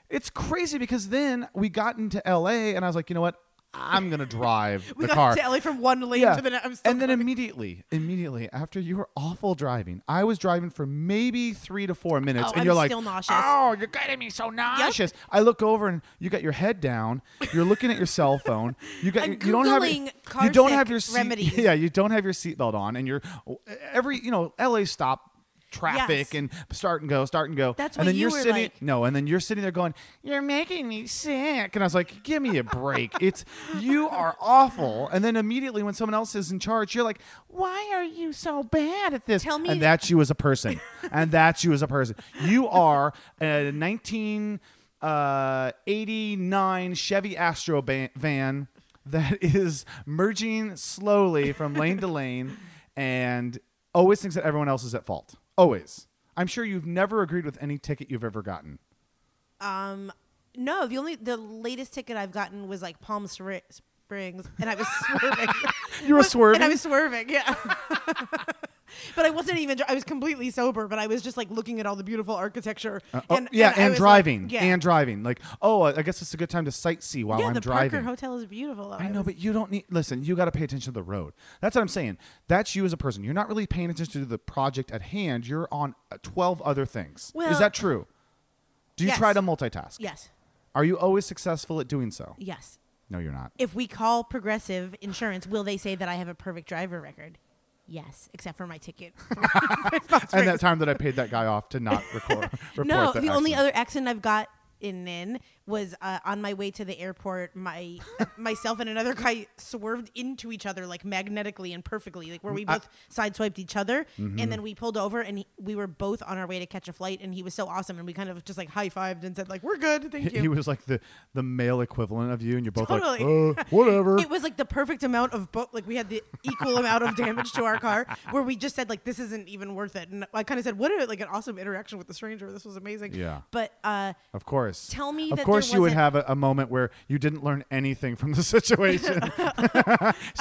Speaker 4: it's crazy because then we got into L.A. and I was like, you know what, I'm gonna drive
Speaker 3: we
Speaker 4: the
Speaker 3: got
Speaker 4: car.
Speaker 3: to LA from one lane
Speaker 4: Yeah.
Speaker 3: to the next. I'm still
Speaker 4: and then immediately, immediately after you were awful driving, I was driving for maybe three to four minutes,
Speaker 3: Oh,
Speaker 4: and
Speaker 3: I'm
Speaker 4: you're like,
Speaker 3: still nauseous.
Speaker 4: "Oh, you're getting me so nauseous." I look over and you got your head down. You're looking at your cell phone. You got
Speaker 3: I'm
Speaker 4: you, you don't have
Speaker 3: Googling
Speaker 4: you don't
Speaker 3: car
Speaker 4: have your
Speaker 3: sick
Speaker 4: seat,
Speaker 3: remedies.
Speaker 4: yeah you don't have your seatbelt on, and you're every you know LA stop traffic
Speaker 3: Yes.
Speaker 4: and start and go start and go
Speaker 3: That's
Speaker 4: and
Speaker 3: what
Speaker 4: then
Speaker 3: you
Speaker 4: are
Speaker 3: were
Speaker 4: sitting
Speaker 3: like.
Speaker 4: no and then you're sitting there going you're making me sick and i was like give me a break it's you are awful and then immediately when someone else is in charge you're like why are you so bad at this
Speaker 3: Tell me-
Speaker 4: and that's you as a person and that's you as a person you are a 19 uh, 89 chevy astro ba- van that is merging slowly from lane to lane and always thinks that everyone else is at fault always i'm sure you've never agreed with any ticket you've ever gotten
Speaker 3: no, the only the latest ticket I've gotten was like Palm Spr- Springs, and I was swerving.
Speaker 4: You were swerving?
Speaker 3: And I was swerving, yeah. but I wasn't even. dr- I was completely sober, but I was just like looking at all the beautiful architecture.
Speaker 4: Oh, yeah,
Speaker 3: I
Speaker 4: and,
Speaker 3: was, like-
Speaker 4: driving,
Speaker 3: yeah.
Speaker 4: and driving. Like, oh, I I guess it's a good time to sightsee while
Speaker 3: yeah,
Speaker 4: I'm
Speaker 3: the
Speaker 4: driving.
Speaker 3: Parker Hotel is beautiful. Though.
Speaker 4: I know, but you don't need. Listen, you got to pay attention to the road. That's what I'm saying. That's you as a person. You're not really paying attention to the project at hand. You're on uh, 12 other things.
Speaker 3: Well-
Speaker 4: Is that true? Do you
Speaker 3: Yes.
Speaker 4: try to multitask?
Speaker 3: Yes,
Speaker 4: Are you always successful at doing so?
Speaker 3: yes.
Speaker 4: No, you're not.
Speaker 3: If we call Progressive Insurance, will they say that I have a perfect driver record? Yes, except for my ticket.
Speaker 4: And that time that I paid that guy off to not record. report
Speaker 3: no, the only
Speaker 4: accident.
Speaker 3: other accident I've got in in was uh, on my way to the airport. My myself and another guy swerved into each other like magnetically and perfectly, like
Speaker 4: Mm,
Speaker 3: where we both sideswiped each other,
Speaker 4: Mm-hmm.
Speaker 3: and then we pulled over and he, we were both on our way to catch a flight, and he was so awesome, and we kind of just like high fived and said like we're good, thank
Speaker 4: He,
Speaker 3: you.
Speaker 4: he was like the the male equivalent of you, and you're both
Speaker 3: Totally.
Speaker 4: like, uh, whatever.
Speaker 3: it was like the perfect amount of both like we had the equal amount of damage to our car where we just said like this isn't even worth it and i kind of said what a like an awesome interaction with the stranger this was amazing
Speaker 4: Yeah.
Speaker 3: but uh
Speaker 4: Of course.
Speaker 3: Tell me
Speaker 4: Of
Speaker 3: that there
Speaker 4: course, you would
Speaker 3: wasn't-
Speaker 4: have a, a moment where you didn't learn anything from the situation.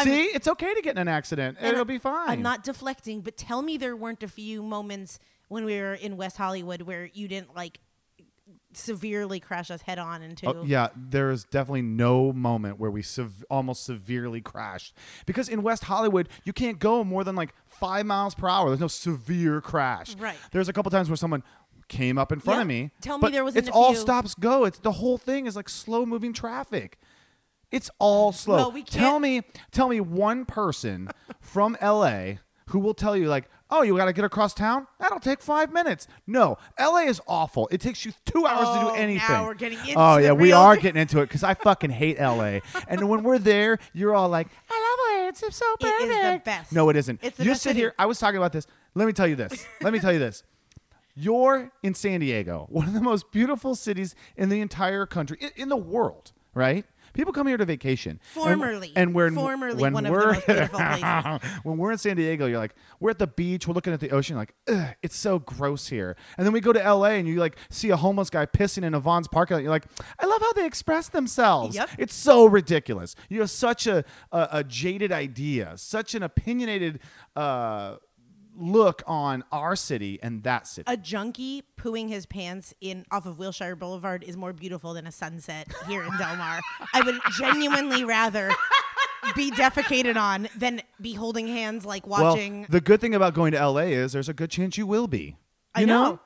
Speaker 4: See, it's okay to get in an accident.
Speaker 3: And
Speaker 4: It'll
Speaker 3: I-
Speaker 4: be fine.
Speaker 3: I'm not deflecting, but tell me there weren't a few moments when we were in West Hollywood where you didn't like severely crash us head on into.
Speaker 4: Oh, yeah, there is definitely no moment where we sev- almost severely crashed because in West Hollywood you can't go more than like five miles per hour. There's no severe crash.
Speaker 3: Right.
Speaker 4: There's a couple times where someone came up in front of
Speaker 3: Yeah.
Speaker 4: me.
Speaker 3: Tell me
Speaker 4: but
Speaker 3: there wasn't
Speaker 4: It's
Speaker 3: a
Speaker 4: all
Speaker 3: few-
Speaker 4: stops go. It's the whole thing is like slow moving traffic. It's all slow.
Speaker 3: Well, we
Speaker 4: Tell
Speaker 3: can't-
Speaker 4: me, tell me one person from LA who will tell you like, oh, you got to get across town. That'll take five minutes. No, LA is awful. It takes you two hours to
Speaker 3: Oh,
Speaker 4: do
Speaker 3: now
Speaker 4: anything.
Speaker 3: we're getting
Speaker 4: oh
Speaker 3: into
Speaker 4: yeah,
Speaker 3: the
Speaker 4: we
Speaker 3: real-
Speaker 4: are getting into it because I fucking hate LA. And when we're there, you're all like, I love it. It's so
Speaker 3: It is
Speaker 4: perfect.
Speaker 3: the best.
Speaker 4: No, it isn't.
Speaker 3: It's the
Speaker 4: you
Speaker 3: best
Speaker 4: sit
Speaker 3: city.
Speaker 4: here. I was talking about this. Let me tell you this. Let me tell you this. You're in San Diego, one of the most beautiful cities in the entire country, in, in the world, right? People come here to vacation. And-
Speaker 3: Formerly,
Speaker 4: and, we're in,
Speaker 3: formerly
Speaker 4: when
Speaker 3: one of the
Speaker 4: we're,
Speaker 3: most beautiful places.
Speaker 4: when we're in San Diego, you're like, we're at the beach, we're looking at the ocean, like, Ugh, it's so gross here. And then we go to LA and you like see a homeless guy pissing in a Vaughn's parking lot. You're like, I love how they express themselves.
Speaker 3: Yep.
Speaker 4: It's so ridiculous. You have such a, a, a jaded idea, such an opinionated uh, look on our city and that city.
Speaker 3: A junkie pooing his pants in off of Wilshire Boulevard is more beautiful than a sunset here in Del Mar. I would genuinely rather be defecated on than be holding hands like watching.
Speaker 4: Well, the good thing about going to LA is there's a good chance you will be.
Speaker 3: I
Speaker 4: You
Speaker 3: know.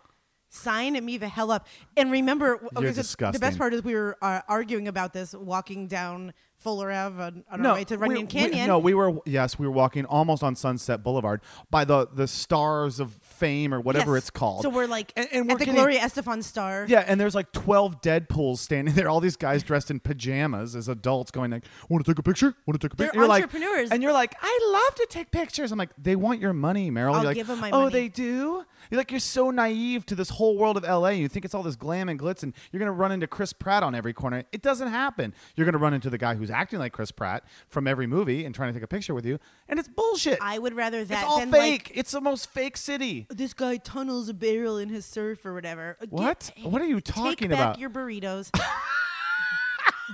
Speaker 3: Sign me the hell up. And remember, okay, so the
Speaker 4: disgusting.
Speaker 3: best part is we were uh, arguing about this walking down Fuller Ave on, on
Speaker 4: No,
Speaker 3: our way to Runyon
Speaker 4: we- we-
Speaker 3: Canyon.
Speaker 4: no, we were yes, we were walking almost on Sunset Boulevard by the the Stars of Fame or whatever
Speaker 3: Yes.
Speaker 4: it's called.
Speaker 3: So we're like
Speaker 4: and, and
Speaker 3: at
Speaker 4: we're
Speaker 3: the
Speaker 4: getting-
Speaker 3: Gloria Estefan star.
Speaker 4: Yeah, and there's like 12 Deadpools standing there. All these guys dressed in pajamas as adults going like, "Want to take a picture? Want to take a
Speaker 3: They're
Speaker 4: picture?" You're like-
Speaker 3: entrepreneurs.
Speaker 4: and you're like, "I love to take pictures." I'm like, "They want your money, Meryl."
Speaker 3: I'll
Speaker 4: you're like,
Speaker 3: give 'em my
Speaker 4: "Oh,
Speaker 3: money."
Speaker 4: they do?" You're like, "You're so naive to this whole world of LA. You think it's all this glam and glitz and you're going to run into Chris Pratt on every corner. It doesn't happen. You're going to run into the guy who's acting like Chris Pratt from every movie and trying to take a picture with you, and it's bullshit.
Speaker 3: I would rather that
Speaker 4: it's all
Speaker 3: than
Speaker 4: fake. it's the most fake city.
Speaker 3: like this guy tunnels a barrel in his surf or whatever. Uh,
Speaker 4: What?
Speaker 3: get-
Speaker 4: What are you
Speaker 3: Take
Speaker 4: talking
Speaker 3: back
Speaker 4: about?
Speaker 3: your burritos.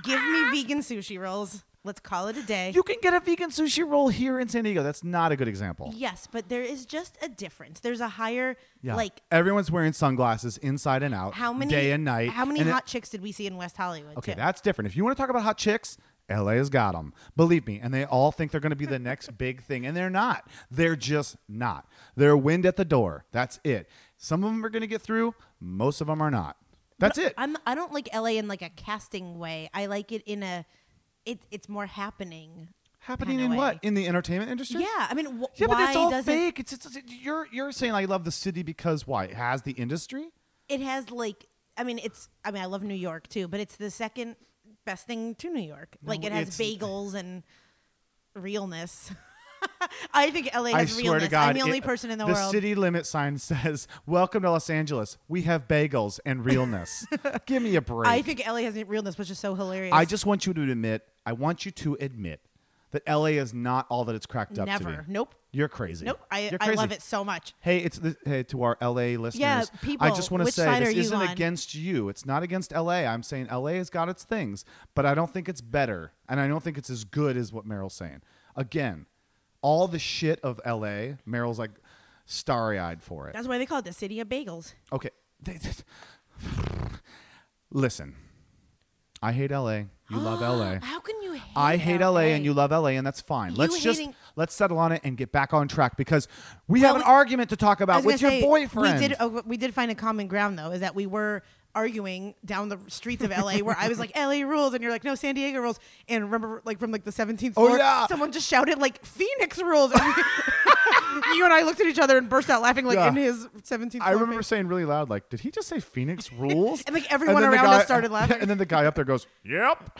Speaker 3: Give me vegan sushi rolls. Let's call it a day.
Speaker 4: You can get a vegan sushi roll here in San Diego. That's not a good example.
Speaker 3: yes, but there is just a difference. There's a higher like
Speaker 4: everyone's wearing sunglasses inside and out,
Speaker 3: how many
Speaker 4: day and night.
Speaker 3: How many
Speaker 4: and it-
Speaker 3: hot chicks did we see in West Hollywood?
Speaker 4: okay,
Speaker 3: too?
Speaker 4: that's different. If you want to talk about hot chicks, LA's got them. Believe me, and they all think they're going to be the next big thing, and they're not. They're just not. They're wind at the door. That's it. Some of them are going to get through. Most of them are not. That's it.
Speaker 3: I'm I don't like LA in like a casting way. I like it in a it it's more happening.
Speaker 4: Happening
Speaker 3: kinda
Speaker 4: in
Speaker 3: way.
Speaker 4: what? In the entertainment industry?
Speaker 3: Yeah, I mean, wh-
Speaker 4: Yeah,
Speaker 3: why
Speaker 4: but that's all
Speaker 3: doesn't
Speaker 4: fake. It's, it's, it's- you're you're saying I love the city because why? It has the industry.
Speaker 3: it has like I mean, it's I mean, I love New York too, but it's the second best thing to New York. like it has
Speaker 4: it's-
Speaker 3: bagels and realness. I think LA has
Speaker 4: I
Speaker 3: realness.
Speaker 4: swear to God,
Speaker 3: I'm the only
Speaker 4: it-
Speaker 3: person in the,
Speaker 4: the
Speaker 3: world.
Speaker 4: city limit sign says, "Welcome to Los Angeles. We have bagels and realness." Give me a break.
Speaker 3: I think LA has realness, which is so hilarious.
Speaker 4: I just want you to admit. I want you to admit that LA is not all that it's cracked up to
Speaker 3: never.
Speaker 4: be.
Speaker 3: Nope.
Speaker 4: You're crazy.
Speaker 3: Nope. I,
Speaker 4: You're
Speaker 3: I love
Speaker 4: crazy.
Speaker 3: it so much.
Speaker 4: Hey, it's the, hey to our LA listeners. I
Speaker 3: people,
Speaker 4: just want to
Speaker 3: which
Speaker 4: say
Speaker 3: side are
Speaker 4: this
Speaker 3: you
Speaker 4: isn't
Speaker 3: on?
Speaker 4: against you. It's not against LA. I'm saying LA has got its things, but I don't think it's better, and I don't think it's as good as what Meryl's saying. Again, all the shit of LA, Meryl's like starry-eyed for it.
Speaker 3: That's why they call it the city of bagels.
Speaker 4: Okay. Listen, I hate LA. You love LA.
Speaker 3: How can you hate
Speaker 4: I hate LA. and you love LA and that's fine.
Speaker 3: You
Speaker 4: let's just
Speaker 3: hating-
Speaker 4: let's settle on it and get back on track because we have
Speaker 3: Well,
Speaker 4: an
Speaker 3: we-
Speaker 4: argument to talk
Speaker 3: I
Speaker 4: about with
Speaker 3: was
Speaker 4: your
Speaker 3: gonna say,
Speaker 4: boyfriend.
Speaker 3: We did oh, we did find a common ground though, is that we were arguing down the streets of LA where I was like LA rules and you're like no San Diego rules and remember like from like the 17th
Speaker 4: Oh,
Speaker 3: floor
Speaker 4: yeah.
Speaker 3: someone just shouted like Phoenix rules and we- you and I looked at each other and burst out laughing like
Speaker 4: Yeah.
Speaker 3: in his 17th floor
Speaker 4: I remember
Speaker 3: face.
Speaker 4: saying really loud, like, "Did he just say Phoenix rules?"
Speaker 3: And, like, everyone
Speaker 4: then the
Speaker 3: around us
Speaker 4: guy-
Speaker 3: started laughing.
Speaker 4: and then the guy up there goes, "Yep."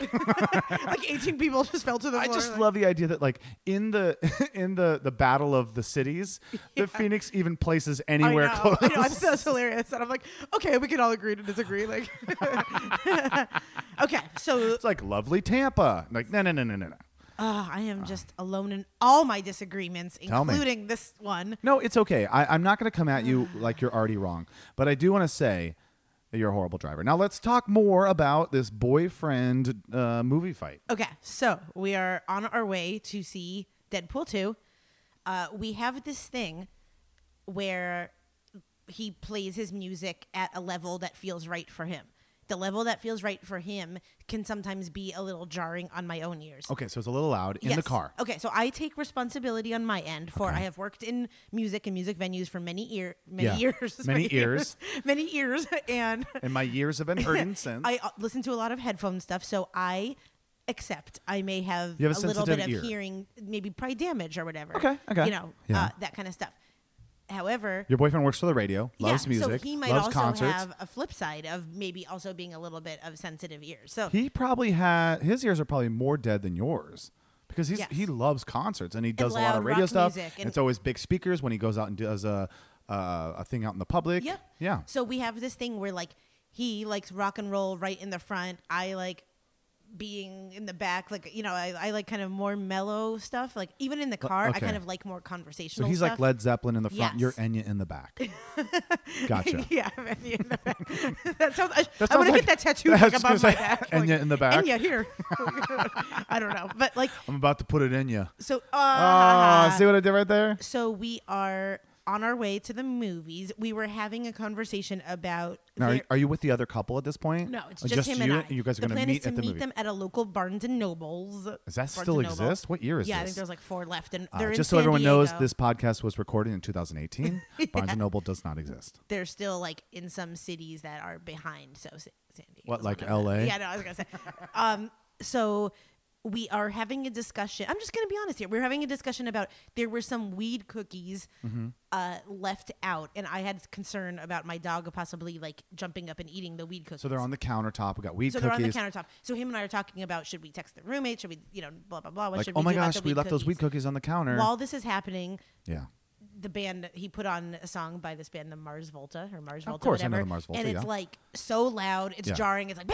Speaker 3: like 18 people just fell to the
Speaker 4: I
Speaker 3: floor
Speaker 4: just
Speaker 3: like-
Speaker 4: love the idea that, like, in the in the the battle of the cities, the Phoenix even places
Speaker 3: I
Speaker 4: anywhere
Speaker 3: know,
Speaker 4: close.
Speaker 3: I know, it's so hilarious. And I'm like, okay, we can all agree to disagree. Like, okay, so
Speaker 4: It's like lovely Tampa. Like, no, no, no, no, no, no.
Speaker 3: uh, I am just alone in all my disagreements,
Speaker 4: Tell me.
Speaker 3: including this one.
Speaker 4: No, it's okay. I, I'm not going to come at you like you're already wrong, but I do want to say that you're a horrible driver. Now let's talk more about this boyfriend uh, movie fight.
Speaker 3: Okay, so we are on our way to see Deadpool 2. Uh, we have this thing where he plays his music at a level that feels right for him. The level that feels right for him can sometimes be a little jarring on my own ears.
Speaker 4: Okay, so it's a little loud in the
Speaker 3: Yes.
Speaker 4: car.
Speaker 3: Okay, so I take responsibility on my end for I have worked in music and music venues for many year many
Speaker 4: Yeah.
Speaker 3: years
Speaker 4: Many ears.
Speaker 3: many years and
Speaker 4: And my years have been hurting since.
Speaker 3: I uh, listen to a lot of headphone stuff, so I accept I may have,
Speaker 4: You have a
Speaker 3: little bit
Speaker 4: sensitive
Speaker 3: of
Speaker 4: ear.
Speaker 3: hearing, maybe probably damage or whatever.
Speaker 4: Okay, okay.
Speaker 3: you know
Speaker 4: Yeah.
Speaker 3: uh, that kind of stuff. However,
Speaker 4: Your boyfriend works for the radio, loves
Speaker 3: yeah,
Speaker 4: music,
Speaker 3: so he might
Speaker 4: loves
Speaker 3: also
Speaker 4: concerts.
Speaker 3: have a flip side of maybe also being a little bit of sensitive ears. So
Speaker 4: he probably had his ears are probably more dead than yours because he's,
Speaker 3: Yes.
Speaker 4: he loves concerts and he does a lot
Speaker 3: loud
Speaker 4: of radio
Speaker 3: rock
Speaker 4: stuff.
Speaker 3: music
Speaker 4: and
Speaker 3: and-
Speaker 4: it's always big speakers when he goes out and does a uh, a thing out in the public.
Speaker 3: Yep.
Speaker 4: Yeah.
Speaker 3: So we have this thing where like he likes rock and roll right in the front. I like being in the back. Like you know, I, I like kind of more mellow stuff. Like even in the car,
Speaker 4: okay.
Speaker 3: I kind of like more
Speaker 4: So
Speaker 3: conversational.
Speaker 4: he's like
Speaker 3: stuff.
Speaker 4: Led Zeppelin in the front,
Speaker 3: Yes.
Speaker 4: you're Enya in the back. Gotcha.
Speaker 3: yeah, man, yeah, in the back. that sounds. I,
Speaker 4: That
Speaker 3: I'm
Speaker 4: sounds
Speaker 3: gonna
Speaker 4: like-
Speaker 3: get that tattoo
Speaker 4: I
Speaker 3: like,
Speaker 4: was
Speaker 3: above
Speaker 4: gonna
Speaker 3: my
Speaker 4: say,
Speaker 3: back.
Speaker 4: Enya
Speaker 3: like,
Speaker 4: in the back.
Speaker 3: Enya here. I don't know, but like
Speaker 4: I'm about to put it in you.
Speaker 3: so.
Speaker 4: Ah,
Speaker 3: Uh,
Speaker 4: see what I did right there?
Speaker 3: so we are on our way to the movies. We were having a conversation about.
Speaker 4: Now, are,
Speaker 3: their-
Speaker 4: you, are you with the other couple at this point?
Speaker 3: No, it's
Speaker 4: Or
Speaker 3: just, him
Speaker 4: you.
Speaker 3: and I.
Speaker 4: You guys are
Speaker 3: the
Speaker 4: going
Speaker 3: plan
Speaker 4: meet
Speaker 3: is to
Speaker 4: at the
Speaker 3: meet
Speaker 4: movie.
Speaker 3: them at a local Barnes and Nobles.
Speaker 4: Does that
Speaker 3: Barnes
Speaker 4: still
Speaker 3: and Noble.
Speaker 4: exist? What year is
Speaker 3: yeah, I
Speaker 4: this?
Speaker 3: think there's like four left, and
Speaker 4: Uh,
Speaker 3: they're in
Speaker 4: just so
Speaker 3: San
Speaker 4: everyone knows,
Speaker 3: Diego.
Speaker 4: this podcast was recorded in 2018. Barnes and Noble does not exist.
Speaker 3: They're still like in some cities that are behind. So Sa- San Diego.
Speaker 4: What, like LA?
Speaker 3: Yeah, no, I was gonna say. um, so we are having a discussion. I'm just gonna be honest here. We're having a discussion about there were some weed cookies
Speaker 4: Mm-hmm.
Speaker 3: uh, left out, and I had concern about my dog possibly like jumping up and eating the weed cookies.
Speaker 4: So they're on the countertop. We got weed
Speaker 3: So
Speaker 4: cookies.
Speaker 3: they're on the countertop. So him and I are talking about should we text the roommate? Should we, you know, blah blah blah. What
Speaker 4: like,
Speaker 3: should we
Speaker 4: oh my
Speaker 3: do about
Speaker 4: gosh,
Speaker 3: the
Speaker 4: we left those weed cookies on the counter.
Speaker 3: While this is happening,
Speaker 4: yeah.
Speaker 3: the band he put on a song by this band, the Mars Volta or Mars Volta,
Speaker 4: course I know
Speaker 3: whatever.
Speaker 4: the Mars Volta,
Speaker 3: and it's
Speaker 4: yeah.
Speaker 3: like so loud, it's
Speaker 4: Yeah.
Speaker 3: jarring. It's like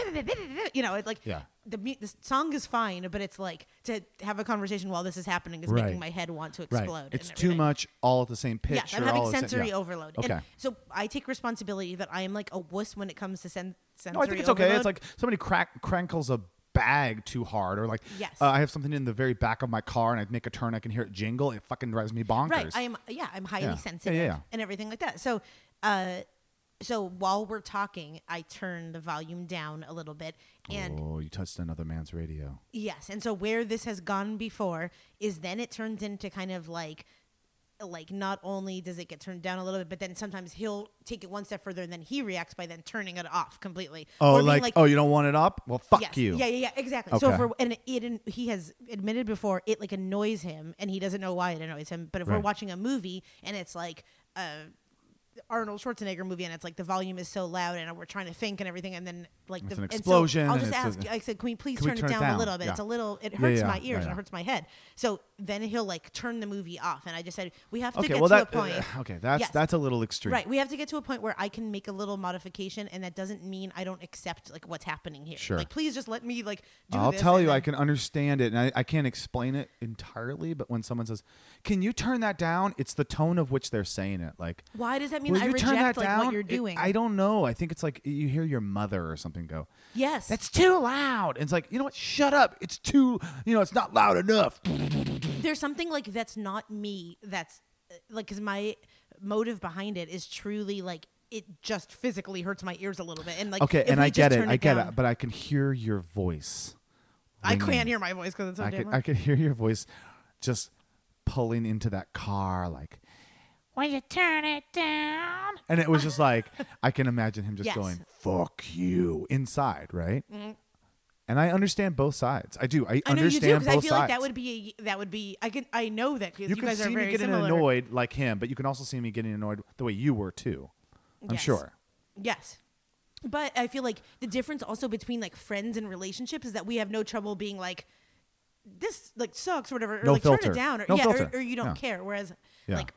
Speaker 3: you know, it's like
Speaker 4: Yeah.
Speaker 3: the mu- the song is fine, but it's like to have a conversation while this is happening is
Speaker 4: Right.
Speaker 3: making my head want to
Speaker 4: Right.
Speaker 3: explode. and
Speaker 4: It's too
Speaker 3: everything.
Speaker 4: much all at the same pitch.
Speaker 3: Yes, I'm
Speaker 4: or
Speaker 3: having
Speaker 4: all at the same-
Speaker 3: sensory
Speaker 4: yeah.
Speaker 3: overload.
Speaker 4: Okay.
Speaker 3: And so I take responsibility that I am like a wuss when it comes to sen- sensory
Speaker 4: No, I think it's okay.
Speaker 3: overload.
Speaker 4: It's like somebody crack crankles a bag too hard, or like
Speaker 3: Yes.
Speaker 4: uh, I have something in the very back of my car, and I make a turn, I can hear it jingle. It fucking drives me bonkers.
Speaker 3: Right. I am. Yeah, I'm highly
Speaker 4: Yeah. Yeah,
Speaker 3: sensitive
Speaker 4: yeah, yeah.
Speaker 3: and everything like that. So, uh, so while we're talking, I turn the volume down a little bit, and
Speaker 4: oh, you touched another man's radio.
Speaker 3: yes, and so where this has gone before is then it turns into kind of like. Like not only does it get turned down a little bit, but then sometimes he'll take it one step further, and then he reacts by then turning it off completely.
Speaker 4: Oh,
Speaker 3: Or being
Speaker 4: like, oh, you don't want it up? Well, fuck
Speaker 3: yes.
Speaker 4: you.
Speaker 3: Yeah, yeah, yeah, exactly. So
Speaker 4: Okay.
Speaker 3: if we're and it, and he has admitted before it like annoys him and he doesn't know why it annoys him. But if we're
Speaker 4: Right.
Speaker 3: watching a movie and it's like a Arnold Schwarzenegger movie and it's like the volume is so loud and we're trying to think and everything and then like
Speaker 4: It's
Speaker 3: the
Speaker 4: an
Speaker 3: and so
Speaker 4: explosion
Speaker 3: I'll
Speaker 4: and
Speaker 3: just
Speaker 4: it's
Speaker 3: ask.
Speaker 4: a-
Speaker 3: I said, can we please
Speaker 4: Can we
Speaker 3: turn,
Speaker 4: turn
Speaker 3: it
Speaker 4: it
Speaker 3: down, a
Speaker 4: down?
Speaker 3: little bit?
Speaker 4: Yeah.
Speaker 3: It's a little. It
Speaker 4: Yeah,
Speaker 3: hurts
Speaker 4: yeah,
Speaker 3: my ears
Speaker 4: yeah,
Speaker 3: and
Speaker 4: yeah.
Speaker 3: it hurts my head. So then he'll like turn the movie off and I just said we have to
Speaker 4: Okay,
Speaker 3: get
Speaker 4: well
Speaker 3: to
Speaker 4: that
Speaker 3: a point.
Speaker 4: uh, okay, that's
Speaker 3: Yes.
Speaker 4: that's a little extreme.
Speaker 3: Right, we have to get to a point where I can make a little modification, and that doesn't mean I don't accept like what's happening here.
Speaker 4: Sure.
Speaker 3: Like, please just let me like. Do
Speaker 4: I'll
Speaker 3: this
Speaker 4: tell
Speaker 3: and
Speaker 4: you, I
Speaker 3: then-
Speaker 4: can understand it, and I, I can't explain it entirely. But when someone says, "Can you turn that down?" It's the tone of which they're saying it. Like,
Speaker 3: Why does that mean
Speaker 4: "Will
Speaker 3: I
Speaker 4: you
Speaker 3: reject
Speaker 4: turn that
Speaker 3: like
Speaker 4: down?"
Speaker 3: what you're
Speaker 4: It-
Speaker 3: doing?
Speaker 4: I don't know. I think it's like you hear your mother or something go,
Speaker 3: Yes.
Speaker 4: "That's too loud." And it's like, you know what? Shut up. It's too. You know, it's not loud enough.
Speaker 3: there's something like that's not me that's uh, like because my motive behind it is truly like it just physically hurts my ears a little bit and like
Speaker 4: okay,
Speaker 3: if
Speaker 4: and
Speaker 3: we
Speaker 4: I
Speaker 3: just
Speaker 4: get it.
Speaker 3: turn
Speaker 4: I get
Speaker 3: down-
Speaker 4: it. But I can hear your voice.
Speaker 3: i can't
Speaker 4: ringing.
Speaker 3: hear my voice because it's so
Speaker 4: I
Speaker 3: damn
Speaker 4: could,
Speaker 3: loud.
Speaker 4: I could hear your voice just pulling into that car, like,
Speaker 5: Will you turn it down?
Speaker 4: and it was just like, I can imagine him just
Speaker 3: Yes. Mm-hmm.
Speaker 4: going, fuck you, inside, right? And I understand both sides. I do. I,
Speaker 3: I know you do
Speaker 4: understand
Speaker 3: because I
Speaker 4: both
Speaker 3: feel like
Speaker 4: sides.
Speaker 3: that would be a, that would be I can I know that because
Speaker 4: you,
Speaker 3: you,
Speaker 4: can
Speaker 3: guys
Speaker 4: see
Speaker 3: are
Speaker 4: me
Speaker 3: very
Speaker 4: getting
Speaker 3: similar.
Speaker 4: annoyed like him, but you can also see me getting annoyed the way you were too. I'm
Speaker 3: Yes.
Speaker 4: sure.
Speaker 3: Yes. But I feel like the difference also between like friends and relationships is that we have no trouble being like this like sucks or whatever or
Speaker 4: No
Speaker 3: like turn
Speaker 4: filter.
Speaker 3: it down or
Speaker 4: No
Speaker 3: yeah or,
Speaker 4: filter.
Speaker 3: or you don't
Speaker 4: Yeah.
Speaker 3: care whereas
Speaker 4: Yeah.
Speaker 3: like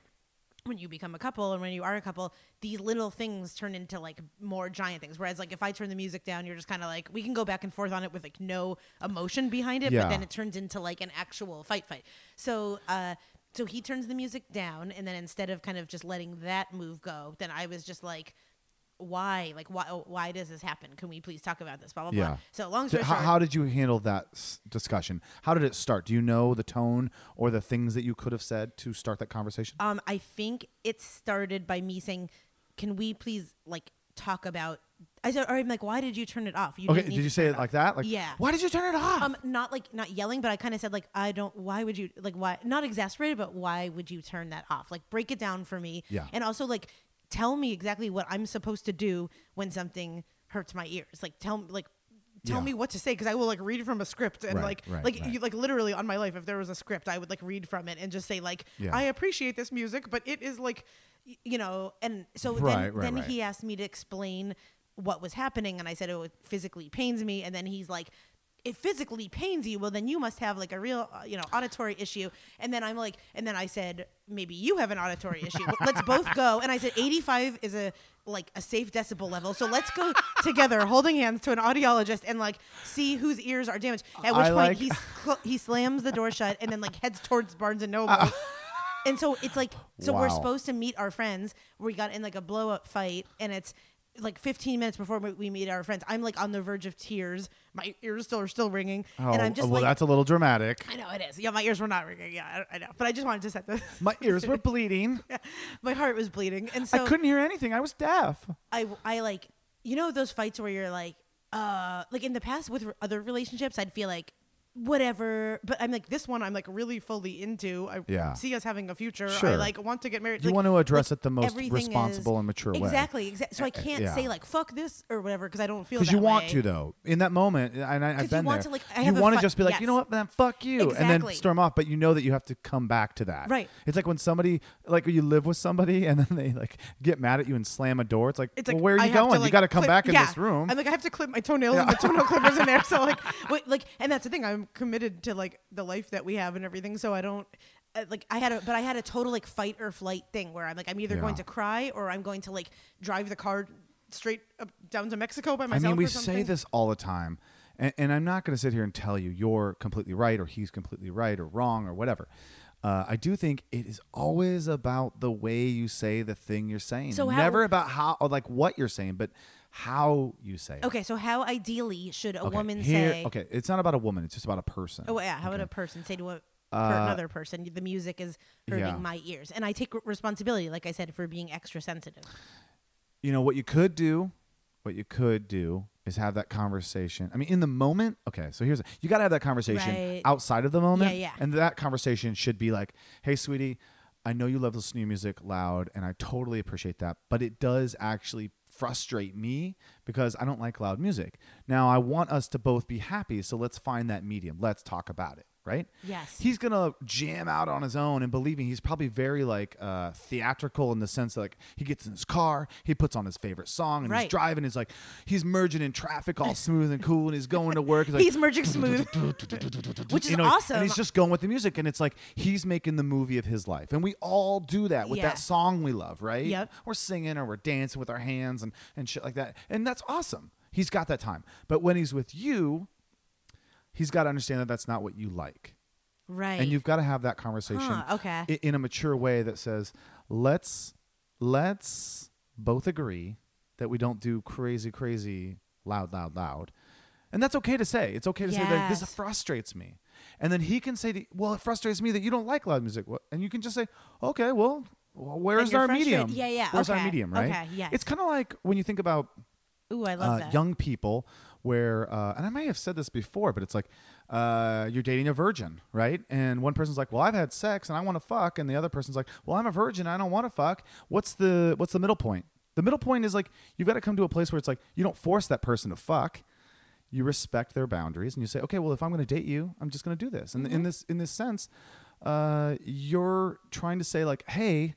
Speaker 3: when you become a couple and when you are a couple these little things turn into like more giant things whereas like if I turn the music down you're just kind of like we can go back and forth on it with like no emotion behind it
Speaker 4: Yeah.
Speaker 3: but then it turns into like an actual fight fight so uh so he turns the music down and then instead of kind of just letting that move go then I was just like why like why oh, why does this happen can we please talk about this blah blah
Speaker 4: Yeah.
Speaker 3: blah so long
Speaker 4: So
Speaker 3: story
Speaker 4: how,
Speaker 3: short
Speaker 4: how did you handle that s- discussion? How did it start? Do you know the tone or the things that you could have said to start that conversation?
Speaker 3: um i think it started by me saying can we please like talk about i said or i'm like why did you turn it off you
Speaker 4: okay,
Speaker 3: didn't need
Speaker 4: did you
Speaker 3: to
Speaker 4: say
Speaker 3: turn
Speaker 4: it
Speaker 3: off."
Speaker 4: like that? Like,
Speaker 3: Yeah.
Speaker 4: why did you turn it off?
Speaker 3: um not like not yelling but i kind of said like i don't why would you like why not exasperated but why would you turn that off like break it down for me
Speaker 4: Yeah.
Speaker 3: and also like tell me exactly what i'm supposed to do when something hurts my ears like tell me like tell
Speaker 4: Yeah.
Speaker 3: me what to say because i will like read from a script and
Speaker 4: Right,
Speaker 3: like
Speaker 4: right,
Speaker 3: like
Speaker 4: right.
Speaker 3: you like literally on my life if there was a script i would like read from it and just say like
Speaker 4: Yeah.
Speaker 3: i appreciate this music but it is like y- you know and so
Speaker 4: Right,
Speaker 3: then,
Speaker 4: right,
Speaker 3: then
Speaker 4: right.
Speaker 3: he asked me to explain what was happening and i said oh it physically pains me and then he's like it physically pains you well then you must have like a real uh, you know auditory issue and then i'm like and then i said maybe you have an auditory issue let's both go and i said 85 is a like a safe decibel level so let's go together holding hands to an audiologist and like see whose ears are damaged at which
Speaker 4: I
Speaker 3: point
Speaker 4: like-
Speaker 3: he cl- he slams the door shut and then like heads towards barnes and noble and so it's like so we're
Speaker 4: Wow.
Speaker 3: supposed to meet our friends we got in like a blow up fight and it's like 15 minutes before we- we meet our friends i'm like on the verge of tears my ears still are still ringing and i'm just
Speaker 4: Oh, well,
Speaker 3: like
Speaker 4: that's a little dramatic.
Speaker 3: i know it is yeah my ears were not ringing yeah i, I know but i just wanted to set this
Speaker 4: My ears were bleeding.
Speaker 3: my heart was bleeding and so
Speaker 4: I couldn't hear anything. I was deaf.
Speaker 3: I I like you know those fights where you're like uh like in the past with r- other relationships I'd feel like whatever but I'm like this one I'm like really fully into I
Speaker 4: Yeah.
Speaker 3: see us having a future I
Speaker 4: Sure.
Speaker 3: like want to get married
Speaker 4: You
Speaker 3: like,
Speaker 4: want to address
Speaker 3: like,
Speaker 4: it the most
Speaker 3: everything is-
Speaker 4: responsible and mature way. Eh,
Speaker 3: exactly exactly so I can't
Speaker 4: yeah.
Speaker 3: say like fuck this or whatever because I don't feel
Speaker 4: Because
Speaker 3: because
Speaker 4: you want to though. In that moment, and I,
Speaker 3: 'Cause
Speaker 4: I've
Speaker 3: you
Speaker 4: been
Speaker 3: want
Speaker 4: there.
Speaker 3: to, like, I
Speaker 4: you
Speaker 3: have a
Speaker 4: want to
Speaker 3: fi-
Speaker 4: just be like, you
Speaker 3: yes.
Speaker 4: know what, man, fuck you, and then
Speaker 3: Exactly.
Speaker 4: storm off. But you know that you have to come back to that.
Speaker 3: Right.
Speaker 4: It's like when somebody, like, you live with somebody, and then they like get mad at you and slam a door. It's like,
Speaker 3: It's
Speaker 4: well,
Speaker 3: like
Speaker 4: where are you
Speaker 3: I have
Speaker 4: going?
Speaker 3: To,
Speaker 4: you
Speaker 3: like,
Speaker 4: got to come
Speaker 3: clip-
Speaker 4: back in
Speaker 3: yeah.
Speaker 4: this room.
Speaker 3: I'm like I have to clip my toenails and my toenail clippers in there. So like, wait, like, and that's the thing. I'm committed to like the life that we have and everything. So I don't uh, like I had a but I had a total like fight or flight thing where I'm like I'm either going
Speaker 4: Yeah.
Speaker 3: to cry or I'm going to like drive the car straight up down to Mexico by
Speaker 4: I
Speaker 3: myself.
Speaker 4: mean, we
Speaker 3: or something.
Speaker 4: say this all the time, and, and I'm not going to sit here and tell you you're completely right or he's completely right or wrong or whatever. Uh, I do think it is always about the way you say the thing you're saying.
Speaker 3: So how-
Speaker 4: never about how or like what you're saying, but how you say it.
Speaker 3: Okay, so how ideally should a
Speaker 4: Okay,
Speaker 3: woman
Speaker 4: here-
Speaker 3: say?
Speaker 4: Okay, it's not about a woman; it's just about a person.
Speaker 3: Oh yeah, how would a person say to a for another person, the music is hurting
Speaker 4: Uh, yeah.
Speaker 3: my ears, and I take r- responsibility, like I said, for being extra sensitive.
Speaker 4: you know what you could do what you could do is have that conversation i mean in the moment okay so here's you got to have that conversation
Speaker 3: Right.
Speaker 4: outside of the moment
Speaker 3: Yeah, yeah.
Speaker 4: and that conversation should be like hey sweetie i know you love listening to music loud and i totally appreciate that but it does actually frustrate me because i don't like loud music now i want us to both be happy so let's find that medium let's talk about it right?
Speaker 3: Yes.
Speaker 4: He's gonna jam out on his own and believing he's probably very like uh, theatrical in the sense that like he gets in his car, he puts on his favorite song, and
Speaker 3: Right.
Speaker 4: he's driving. He's like he's merging in traffic, all smooth and cool, and he's going to work. He's like,
Speaker 3: He's merging smooth, which is
Speaker 4: you know,
Speaker 3: awesome.
Speaker 4: And he's just going with the music, and it's like he's making the movie of his life, and we all do that with
Speaker 3: Yeah.
Speaker 4: that song we love, right?
Speaker 3: Yep.
Speaker 4: We're singing or we're dancing with our hands and and shit like that, and that's awesome. He's got that time, but when he's with you, he's got to understand that that's not what you like,
Speaker 3: right.
Speaker 4: and you've got to have that conversation,
Speaker 3: Huh, okay.
Speaker 4: i- in a mature way that says, let's let's both agree that we don't do crazy, crazy, loud, loud, loud. And that's okay to say. It's okay to say that this
Speaker 3: Yes.
Speaker 4: frustrates me. And then he can say, to, well, it frustrates me that you don't like loud music. Wha- And you can just say, okay, well, well, where's
Speaker 3: you're
Speaker 4: our
Speaker 3: frustrated.
Speaker 4: medium?
Speaker 3: Yeah, yeah,
Speaker 4: Where's our
Speaker 3: okay,
Speaker 4: medium, right?
Speaker 3: okay, yes.
Speaker 4: It's kind of like when you think about
Speaker 3: Ooh, I love
Speaker 4: uh,
Speaker 3: that.
Speaker 4: young people where uh, and i may have said this before but it's like uh, you're dating a virgin right and one person's like well i've had sex and i want to fuck and the other person's like well i'm a virgin i don't want to fuck what's the what's the middle point the middle point is like you've got to come to a place where it's like you don't force that person to fuck you respect their boundaries and you say okay well if i'm going to date you i'm just going to do this
Speaker 3: Mm-hmm.
Speaker 4: and in this in this sense uh, you're trying to say like hey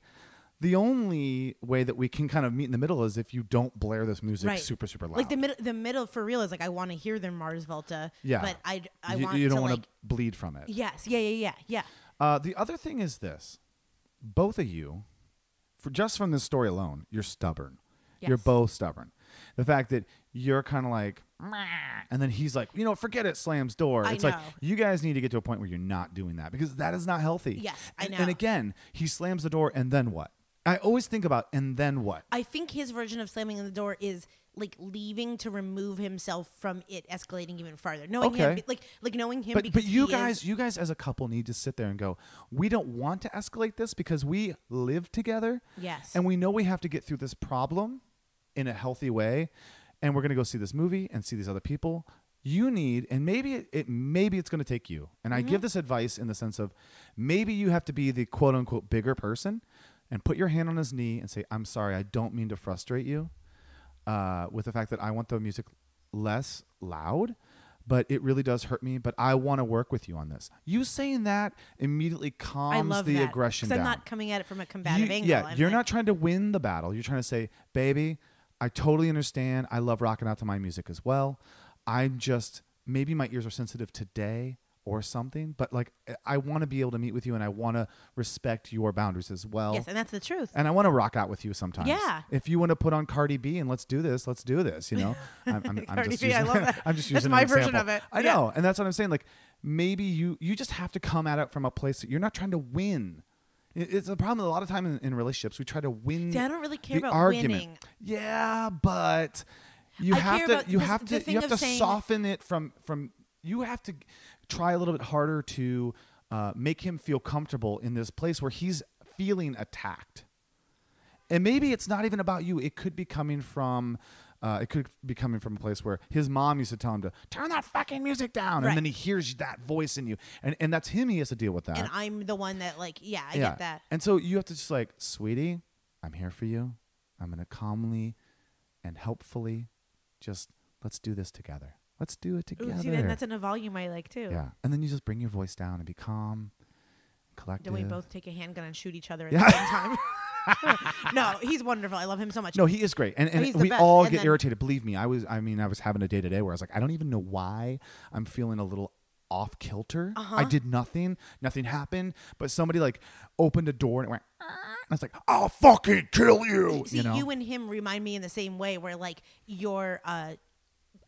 Speaker 4: the only way that we can kind of meet in the middle is if you don't blare this music
Speaker 3: right.
Speaker 4: super super loud
Speaker 3: Like the middle, the middle for real is like I want to hear their Mars Volta.
Speaker 4: yeah
Speaker 3: But I, I
Speaker 4: you,
Speaker 3: want
Speaker 4: you don't
Speaker 3: to
Speaker 4: wanna
Speaker 3: like.
Speaker 4: bleed from it
Speaker 3: Yes. Yeah. Yeah. Yeah.
Speaker 4: uh, the other thing is this both of you for just from this story alone you're stubborn you're
Speaker 3: Yes.
Speaker 4: both stubborn the fact that you're kind of like
Speaker 5: Mwah.
Speaker 4: and then he's like you know forget it slams door
Speaker 3: I
Speaker 4: it's like
Speaker 3: know.
Speaker 4: you guys need to get to a point where you're not doing that because that is not healthy
Speaker 3: Yes, I
Speaker 4: and, and
Speaker 3: know.
Speaker 4: again he slams the door and then what i always think about and then what
Speaker 3: I think his version of slamming the door is like leaving to remove himself from it escalating even farther. Knowing him,
Speaker 4: Okay.
Speaker 3: like like knowing him.
Speaker 4: but,
Speaker 3: because
Speaker 4: but you
Speaker 3: he
Speaker 4: guys
Speaker 3: is,
Speaker 4: you guys as a couple need to sit there and go we don't want to escalate this because we live together
Speaker 3: Yes.
Speaker 4: and we know we have to get through this problem in a healthy way and we're going to go see this movie and see these other people you need and maybe it, it maybe it's going to take you and i
Speaker 3: Mm-hmm.
Speaker 4: give this advice in the sense of maybe you have to be the quote unquote bigger person and put your hand on his knee and say i'm sorry i don't mean to frustrate you uh, with the fact that I want the music less loud, but it really does hurt me. But I want to work with you on this. You saying that immediately
Speaker 3: I
Speaker 4: calms
Speaker 3: love
Speaker 4: the
Speaker 3: that,
Speaker 4: aggression
Speaker 3: 'cause
Speaker 4: down.
Speaker 3: I'm not coming at it from a
Speaker 4: You-
Speaker 3: combative angle.
Speaker 4: yeah,
Speaker 3: I'm
Speaker 4: you're
Speaker 3: like,
Speaker 4: not trying to win the battle. You're trying to say, baby, I totally understand. I love rocking out to my music as well. I'm just maybe my ears are sensitive today or something, but like I- I want to be able to meet with you and I want to respect your boundaries as well.
Speaker 3: Yes, and that's the truth.
Speaker 4: And I want to rock out with you sometimes.
Speaker 3: Yeah.
Speaker 4: If you want to put on Cardi B and let's do this, let's do this. You know, I'm, I'm, I'm
Speaker 3: Cardi
Speaker 4: just
Speaker 3: B,
Speaker 4: using.
Speaker 3: I love that.
Speaker 4: am just
Speaker 3: That's
Speaker 4: using
Speaker 3: my
Speaker 4: an
Speaker 3: version
Speaker 4: example.
Speaker 3: of it.
Speaker 4: I
Speaker 3: Yeah.
Speaker 4: know, and that's what I'm saying. Like maybe you you just have to come at it from a place that you're not trying to win. It- It's a problem a lot of time in, in relationships. We try to win.
Speaker 3: See, I don't really care
Speaker 4: the
Speaker 3: about
Speaker 4: argument.
Speaker 3: winning.
Speaker 4: Yeah, but you
Speaker 3: I
Speaker 4: have
Speaker 3: care
Speaker 4: to
Speaker 3: about
Speaker 4: you
Speaker 3: this-
Speaker 4: have to
Speaker 3: the thing
Speaker 4: you have
Speaker 3: of
Speaker 4: to
Speaker 3: saying-
Speaker 4: soften it from from you have to try a little bit harder to uh, make him feel comfortable in this place where he's feeling attacked and maybe it's not even about you. It could be coming from, uh, it could be coming from a place where his mom used to tell him to turn that fucking music down,
Speaker 3: Right.
Speaker 4: and then he hears that voice in you, and and that's him. He has to deal with that.
Speaker 3: and I'm the one that like yeah I get that.
Speaker 4: And so you have to just like, sweetie, I'm here for you. I'm gonna calmly and helpfully just let's do this together. Let's do it
Speaker 3: Ooh,
Speaker 4: together.
Speaker 3: see, then that's in a volume I like too.
Speaker 4: yeah, and then you just bring your voice down and be calm, and collective.
Speaker 3: Then we both take a handgun and shoot each other at the same time. no, he's wonderful. I love him so much.
Speaker 4: No, he is great, and, and
Speaker 3: He's the
Speaker 4: we
Speaker 3: best.
Speaker 4: all
Speaker 3: And
Speaker 4: get
Speaker 3: then-
Speaker 4: irritated. Believe me, I was. I mean, I was having a day today where I was like, I don't even know why I'm feeling a little off kilter.
Speaker 3: Uh-huh.
Speaker 4: I did nothing, nothing happened, but somebody like opened a door and it went. "Ah," And I was like, I'll fucking kill you.
Speaker 3: See,
Speaker 4: you
Speaker 3: you,
Speaker 4: know,
Speaker 3: and him remind me in the same way where like your uh,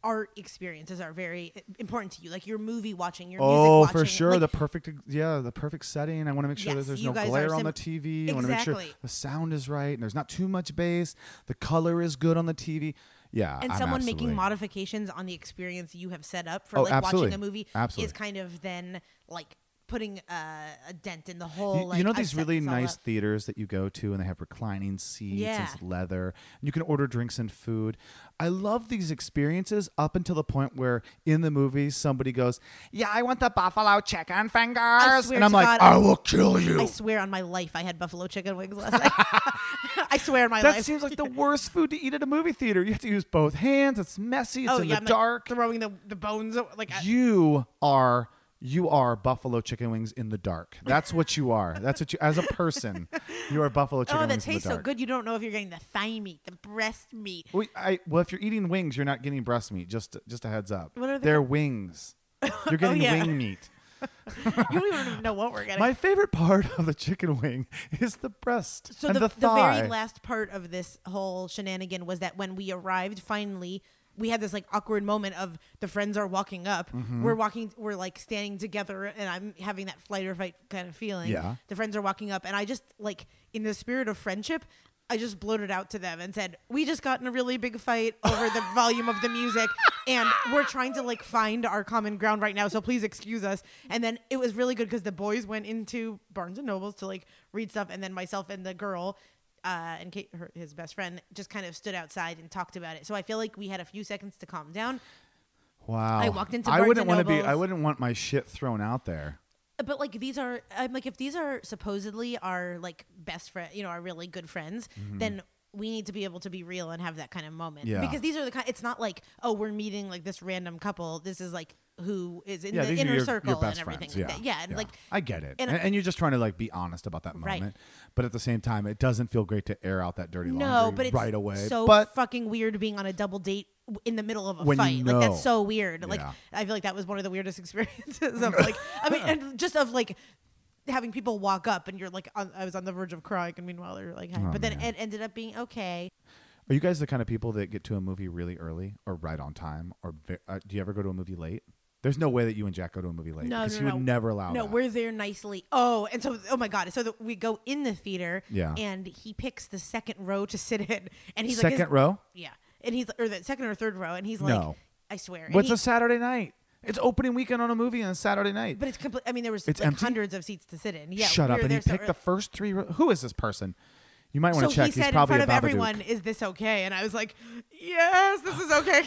Speaker 3: art experiences are very important to you. Like your movie watching, your
Speaker 4: oh,
Speaker 3: music watching.
Speaker 4: for sure,
Speaker 3: like,
Speaker 4: the perfect. Yeah, the perfect setting. I want to make sure
Speaker 3: Yes,
Speaker 4: that there's
Speaker 3: you
Speaker 4: no
Speaker 3: guys are
Speaker 4: glare on
Speaker 3: sim-
Speaker 4: the TV. I want to make sure
Speaker 3: Exactly.
Speaker 4: the sound is right and there's not too much bass. The color is good on the TV. Yeah,
Speaker 3: and
Speaker 4: I'm
Speaker 3: someone
Speaker 4: absolutely-
Speaker 3: making modifications on the experience you have set up for
Speaker 4: Oh,
Speaker 3: like
Speaker 4: absolutely.
Speaker 3: watching a movie
Speaker 4: Absolutely.
Speaker 3: is kind of then like putting uh, a dent in the whole.
Speaker 4: You, you
Speaker 3: like,
Speaker 4: know
Speaker 3: I've
Speaker 4: these
Speaker 3: set
Speaker 4: really
Speaker 3: this all
Speaker 4: nice
Speaker 3: up.
Speaker 4: theaters that you go to and they have reclining seats and it's
Speaker 3: Yeah.
Speaker 4: leather and you can order drinks and food. I love these experiences up until the point where in the movie somebody goes, "Yeah, I want the buffalo chicken fingers,"
Speaker 3: swear
Speaker 4: and I'm
Speaker 3: to
Speaker 4: like,
Speaker 3: God,
Speaker 4: "I will kill
Speaker 3: I
Speaker 4: you."
Speaker 3: swear on my life, I had buffalo chicken wings last night. I swear on my
Speaker 4: That
Speaker 3: life.
Speaker 4: seems like the worst food to eat at a movie theater. You have to use both hands. It's messy. It's
Speaker 3: oh
Speaker 4: in
Speaker 3: yeah,
Speaker 4: the
Speaker 3: I'm, like,
Speaker 4: dark.
Speaker 3: throwing the the bones. Like I,
Speaker 4: you are you are buffalo chicken wings in the dark. That's what you are. That's what you as a person, you are buffalo chicken
Speaker 3: oh, that
Speaker 4: wings in the
Speaker 3: tastes so
Speaker 4: dark.
Speaker 3: good. You don't know if you're getting the thigh meat, the breast meat.
Speaker 4: Well, I, well, if you're eating wings, you're not getting breast meat. Just just a heads up.
Speaker 3: What are they Oh,
Speaker 4: They're wings. You're getting
Speaker 3: yeah.
Speaker 4: wing meat.
Speaker 3: You don't even know what we're getting.
Speaker 4: My favorite part of the chicken wing is the breast
Speaker 3: so
Speaker 4: and
Speaker 3: the,
Speaker 4: the,
Speaker 3: the
Speaker 4: thigh.
Speaker 3: very last part of this whole shenanigan was that when we arrived finally we had this like awkward moment of the friends are walking up
Speaker 4: Mm-hmm.
Speaker 3: we're walking we're like standing together and i'm having that flight or fight kind of feeling
Speaker 4: Yeah.
Speaker 3: the friends are walking up and i just like in the spirit of friendship i just blurted out to them and said we just got in a really big fight over the volume of the music and we're trying to like find our common ground right now so please excuse us and then it was really good because the boys went into barnes and nobles to like read stuff and then myself and the girl uh, and Kate, her, his best friend just kind of stood outside and talked about it. So I feel like we had a few seconds to calm down.
Speaker 4: wow.
Speaker 3: I walked into
Speaker 4: I
Speaker 3: Barnes
Speaker 4: wouldn't
Speaker 3: and
Speaker 4: wanna be.
Speaker 3: Nobles.
Speaker 4: I wouldn't want my shit thrown out there.
Speaker 3: But like these are, I'm like, if these are supposedly our like best friend, you know, our really good friends, then we need to be able to be real and have that kind of moment.
Speaker 4: Mm-hmm. Yeah.
Speaker 3: Because these are the kind. It's not like oh, we're meeting like this random couple. This is like who is in
Speaker 4: Yeah,
Speaker 3: the
Speaker 4: these are
Speaker 3: inner
Speaker 4: your,
Speaker 3: circle
Speaker 4: your best
Speaker 3: and everything.
Speaker 4: friends.
Speaker 3: like that. yeah, and like
Speaker 4: I get it,
Speaker 3: and-
Speaker 4: and, and you're just trying to like be honest about that
Speaker 3: Right.
Speaker 4: moment. But at the same time, it doesn't feel great to air out that dirty
Speaker 3: no,
Speaker 4: laundry
Speaker 3: but it's
Speaker 4: right away.
Speaker 3: so
Speaker 4: but
Speaker 3: fucking weird being on a double date w- in the middle of a
Speaker 4: When you
Speaker 3: fight. Like
Speaker 4: know.
Speaker 3: that's so weird. Like
Speaker 4: Yeah.
Speaker 3: I feel like that was one of the weirdest experiences of like I mean and just of like having people walk up and you're like on, I was on the verge of crying and meanwhile they're like
Speaker 4: Oh,
Speaker 3: hi. but then it ended up being okay.
Speaker 4: Are you guys the kind of people that get to a movie really early or right on time? Or ve- uh, do you ever go to a movie late? There's no way that you and Jack go to a movie late
Speaker 3: No,
Speaker 4: because
Speaker 3: no,
Speaker 4: he
Speaker 3: no.
Speaker 4: would never allow
Speaker 3: No,
Speaker 4: that.
Speaker 3: we're there nicely. Oh, and so oh my god, so that we go in the theater.
Speaker 4: Yeah.
Speaker 3: and he picks the second row to sit in, and he's
Speaker 4: second
Speaker 3: like his-
Speaker 4: row.
Speaker 3: Yeah, and he's or the second or third row, and he's
Speaker 4: No.
Speaker 3: like, I swear. And
Speaker 4: What's
Speaker 3: he-
Speaker 4: a Saturday night? It's opening weekend on a movie on a Saturday night.
Speaker 3: But it's complete. I mean, there was
Speaker 4: It's
Speaker 3: like
Speaker 4: empty?
Speaker 3: hundreds of seats to sit in. Yeah,
Speaker 4: Shut
Speaker 3: we
Speaker 4: up!
Speaker 3: were
Speaker 4: And he
Speaker 3: there so
Speaker 4: picked the
Speaker 3: early.
Speaker 4: first three. Ro- Who is this person? You might want
Speaker 3: So
Speaker 4: to check.
Speaker 3: he said
Speaker 4: He's
Speaker 3: in
Speaker 4: probably
Speaker 3: front of
Speaker 4: a Babadook.
Speaker 3: everyone, "Is this okay?" And I was like, "Yes, this is okay."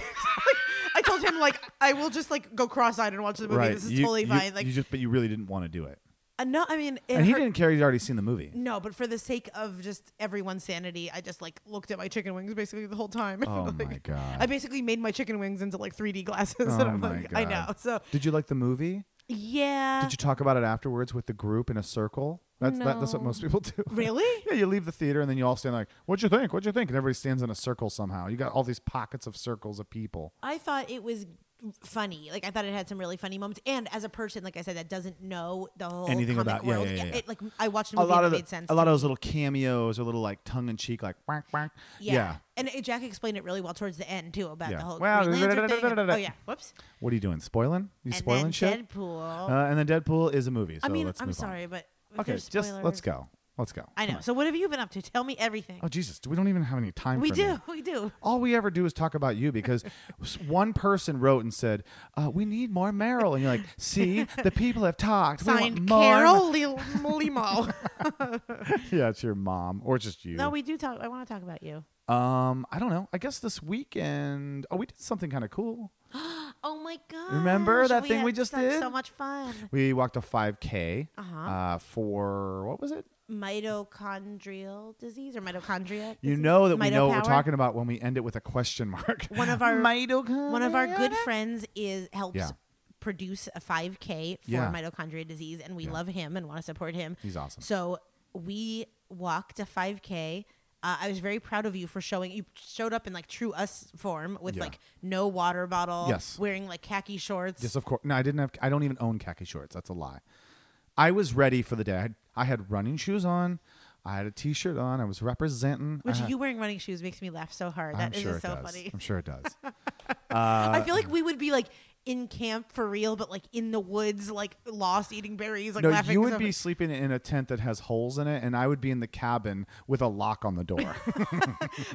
Speaker 3: I told him like, "I will just like go cross-eyed and watch the movie.
Speaker 4: Right?
Speaker 3: This is
Speaker 4: you,
Speaker 3: totally
Speaker 4: you-
Speaker 3: fine." Like,
Speaker 4: you just, but you really didn't want to do it,
Speaker 3: uh, no, I mean, it
Speaker 4: and he
Speaker 3: hurt-
Speaker 4: didn't care. He'd already seen the movie.
Speaker 3: No, but for the sake of just everyone's sanity, I just like looked at my chicken wings basically the whole time.
Speaker 4: Oh
Speaker 3: Like,
Speaker 4: my God.
Speaker 3: I basically made my chicken wings into like 3D glasses, and
Speaker 4: Oh
Speaker 3: I'm
Speaker 4: my
Speaker 3: like, I
Speaker 4: God.
Speaker 3: know. So
Speaker 4: Did you like the movie?
Speaker 3: yeah,
Speaker 4: Did you talk about it afterwards with the group in a circle? That's that, that's what
Speaker 3: No.
Speaker 4: most people do.
Speaker 3: Really?
Speaker 4: yeah, you leave the theater and then you all stand like, "What'd you think? What'd you think?" And everybody stands in a circle somehow. You got all these pockets of circles of people.
Speaker 3: I thought it was funny. Like I thought it had some really funny moments. And as a person, like I said, that doesn't know the whole
Speaker 4: Anything
Speaker 3: comic
Speaker 4: about- yeah,
Speaker 3: world.
Speaker 4: yeah, yeah, yeah.
Speaker 3: It, like I watched a
Speaker 4: A
Speaker 3: movie
Speaker 4: lot
Speaker 3: that
Speaker 4: of the,
Speaker 3: made sense.
Speaker 4: a lot
Speaker 3: to
Speaker 4: of
Speaker 3: me.
Speaker 4: those little cameos or little like tongue in cheek, like whack whack.
Speaker 3: yeah. And uh, Jack explained it really well towards the end too about
Speaker 4: Yeah.
Speaker 3: the whole
Speaker 4: Well,
Speaker 3: Green Lantern thing. and-
Speaker 4: da-da-da-da-da-da.
Speaker 3: oh yeah, whoops.
Speaker 4: What are you doing? Spoiling? You
Speaker 3: and
Speaker 4: spoiling
Speaker 3: then
Speaker 4: shit?
Speaker 3: Deadpool.
Speaker 4: Uh, and then Deadpool is a movie. So
Speaker 3: I mean,
Speaker 4: let's
Speaker 3: I'm
Speaker 4: move on.
Speaker 3: sorry, but if
Speaker 4: Okay,
Speaker 3: there's
Speaker 4: just let's
Speaker 3: spoilers-
Speaker 4: go. Let's go.
Speaker 3: I
Speaker 4: Come
Speaker 3: know.
Speaker 4: on.
Speaker 3: So what have you been up to? Tell me everything.
Speaker 4: Oh Jesus, we don't even have any time.
Speaker 3: we
Speaker 4: for
Speaker 3: do.
Speaker 4: me.
Speaker 3: We do.
Speaker 4: all we ever do is talk about you because s- one person wrote and said, uh, "We need more Meryl," and you're like, "See, the people have talked. We want
Speaker 3: Signed
Speaker 4: more."
Speaker 3: Carol Limo. Limo.
Speaker 4: Yeah, it's your mom or it's just you.
Speaker 3: no, we do talk. I want to talk about you.
Speaker 4: um, I don't know. I guess this weekend, oh, we did something kind of cool.
Speaker 3: Oh my god!
Speaker 4: Remember that thing we just did?
Speaker 3: So much fun.
Speaker 4: We walked a 5K
Speaker 3: Uh-huh.
Speaker 4: uh, for what was it?
Speaker 3: mitochondrial disease or mitochondria.
Speaker 4: You
Speaker 3: disease?
Speaker 4: know that we know what
Speaker 3: Mitopower?
Speaker 4: we're talking about when we end it with a question mark.
Speaker 3: One of our
Speaker 4: mitochondria.
Speaker 3: one of our good friends is helps
Speaker 4: Yeah.
Speaker 3: produce a 5K for
Speaker 4: Yeah.
Speaker 3: mitochondria disease, and we
Speaker 4: Yeah.
Speaker 3: love him and want to support him.
Speaker 4: He's awesome.
Speaker 3: So we walked a 5K. Uh, I was very proud of you for showing. You showed up in like true us form with
Speaker 4: Yeah.
Speaker 3: like no water bottle.
Speaker 4: Yes.
Speaker 3: Wearing like khaki shorts.
Speaker 4: Yes, of course. No, I didn't have. I don't even own khaki shorts. That's a lie. I was ready for the day. I had, I had running shoes on. I had a T-shirt on. I was representing.
Speaker 3: which
Speaker 4: I had-
Speaker 3: you wearing running shoes makes me laugh so hard.
Speaker 4: Uh-huh. I'm
Speaker 3: That is
Speaker 4: sure
Speaker 3: just
Speaker 4: it
Speaker 3: so
Speaker 4: does.
Speaker 3: funny.
Speaker 4: I'm sure it does. Uh,
Speaker 3: I feel like we would be like in camp for real, but like in the woods, like lost eating berries, like
Speaker 4: no,
Speaker 3: laughing.
Speaker 4: you
Speaker 3: 'cause
Speaker 4: would
Speaker 3: of-
Speaker 4: be sleeping in a tent that has holes in it, and I would be in the cabin with a lock on the door.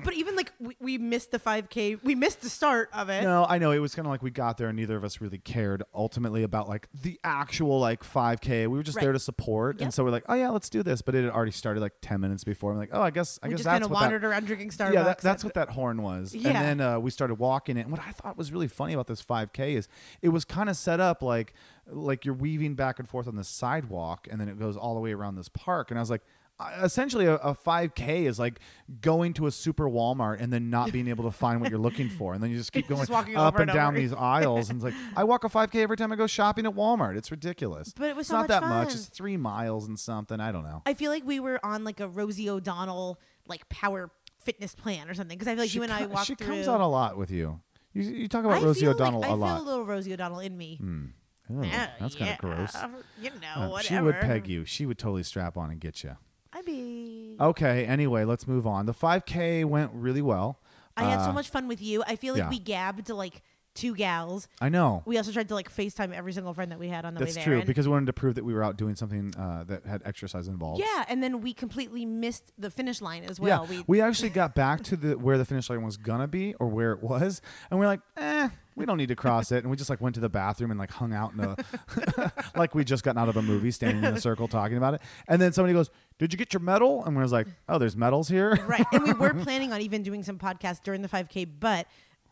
Speaker 3: But even like we, we missed the 5K, we missed the start of it.
Speaker 4: no, I know it was kind of like we got there, and neither of us really cared ultimately about like the actual like 5K. We were just
Speaker 3: Right.
Speaker 4: there to support,
Speaker 3: Yep.
Speaker 4: and so we're like, oh yeah, let's do this. But it had already started like 10 minutes before. I'm like, oh, I guess I
Speaker 3: we
Speaker 4: guess
Speaker 3: just
Speaker 4: that's
Speaker 3: kind
Speaker 4: what
Speaker 3: of
Speaker 4: that-
Speaker 3: wandered around drinking Starbucks.
Speaker 4: Yeah, that, that's what that horn was.
Speaker 3: Yeah.
Speaker 4: And then uh, we started walking it. And what I thought was really funny about this 5K is it was kind of set up like like you're weaving back and forth on the sidewalk, and then it goes all the way around this park. And I was like, uh, essentially a, a 5K is like going to a super Walmart and then not being able to find what you're looking for. And then you just keep going
Speaker 3: Just walking
Speaker 4: up
Speaker 3: over
Speaker 4: and
Speaker 3: and
Speaker 4: down
Speaker 3: over.
Speaker 4: these aisles. And it's like, I walk a 5K every time I go shopping at Walmart. It's ridiculous.
Speaker 3: But it was
Speaker 4: it's
Speaker 3: so
Speaker 4: not
Speaker 3: much
Speaker 4: that much.
Speaker 3: fun.
Speaker 4: It's three miles and something. I don't know.
Speaker 3: I feel like we were on like a Rosie O'Donnell like power fitness plan or something because I feel like you and I
Speaker 4: co-
Speaker 3: walked
Speaker 4: she
Speaker 3: through.
Speaker 4: comes out a lot with you. You, you talk about
Speaker 3: I
Speaker 4: Rosie
Speaker 3: feel
Speaker 4: O'Donnell
Speaker 3: like,
Speaker 4: a
Speaker 3: I
Speaker 4: lot.
Speaker 3: feel a little Rosie O'Donnell in me.
Speaker 4: Ew,
Speaker 3: Oh,
Speaker 4: that's kind
Speaker 3: yeah,
Speaker 4: of gross.
Speaker 3: You know,
Speaker 4: Uh,
Speaker 3: whatever.
Speaker 4: she would peg you. She would totally strap on and get you.
Speaker 3: I mean,
Speaker 4: Okay. Anyway, let's move on. The 5K went really well.
Speaker 3: I had so
Speaker 4: Uh,
Speaker 3: much fun with you. I feel like
Speaker 4: yeah.
Speaker 3: we gabbed to like two gals.
Speaker 4: I know.
Speaker 3: We also tried to like FaceTime every single friend that we had on the
Speaker 4: That's
Speaker 3: way there.
Speaker 4: true
Speaker 3: and-
Speaker 4: because we wanted to prove that we were out doing something uh, that had exercise involved.
Speaker 3: yeah, and then we completely missed the finish line as well.
Speaker 4: yeah. We actually got back to the where the finish line was gonna be or where it was, and we're like, eh, we don't need to cross it, and we just like went to the bathroom and like hung out in the like we just gotten out of a movie, standing in a circle talking about it, and then somebody goes, "Did you get your medal?" And we was like, "Oh, there's medals here."
Speaker 3: Right. And we were planning on even doing some podcasts during the 5K, but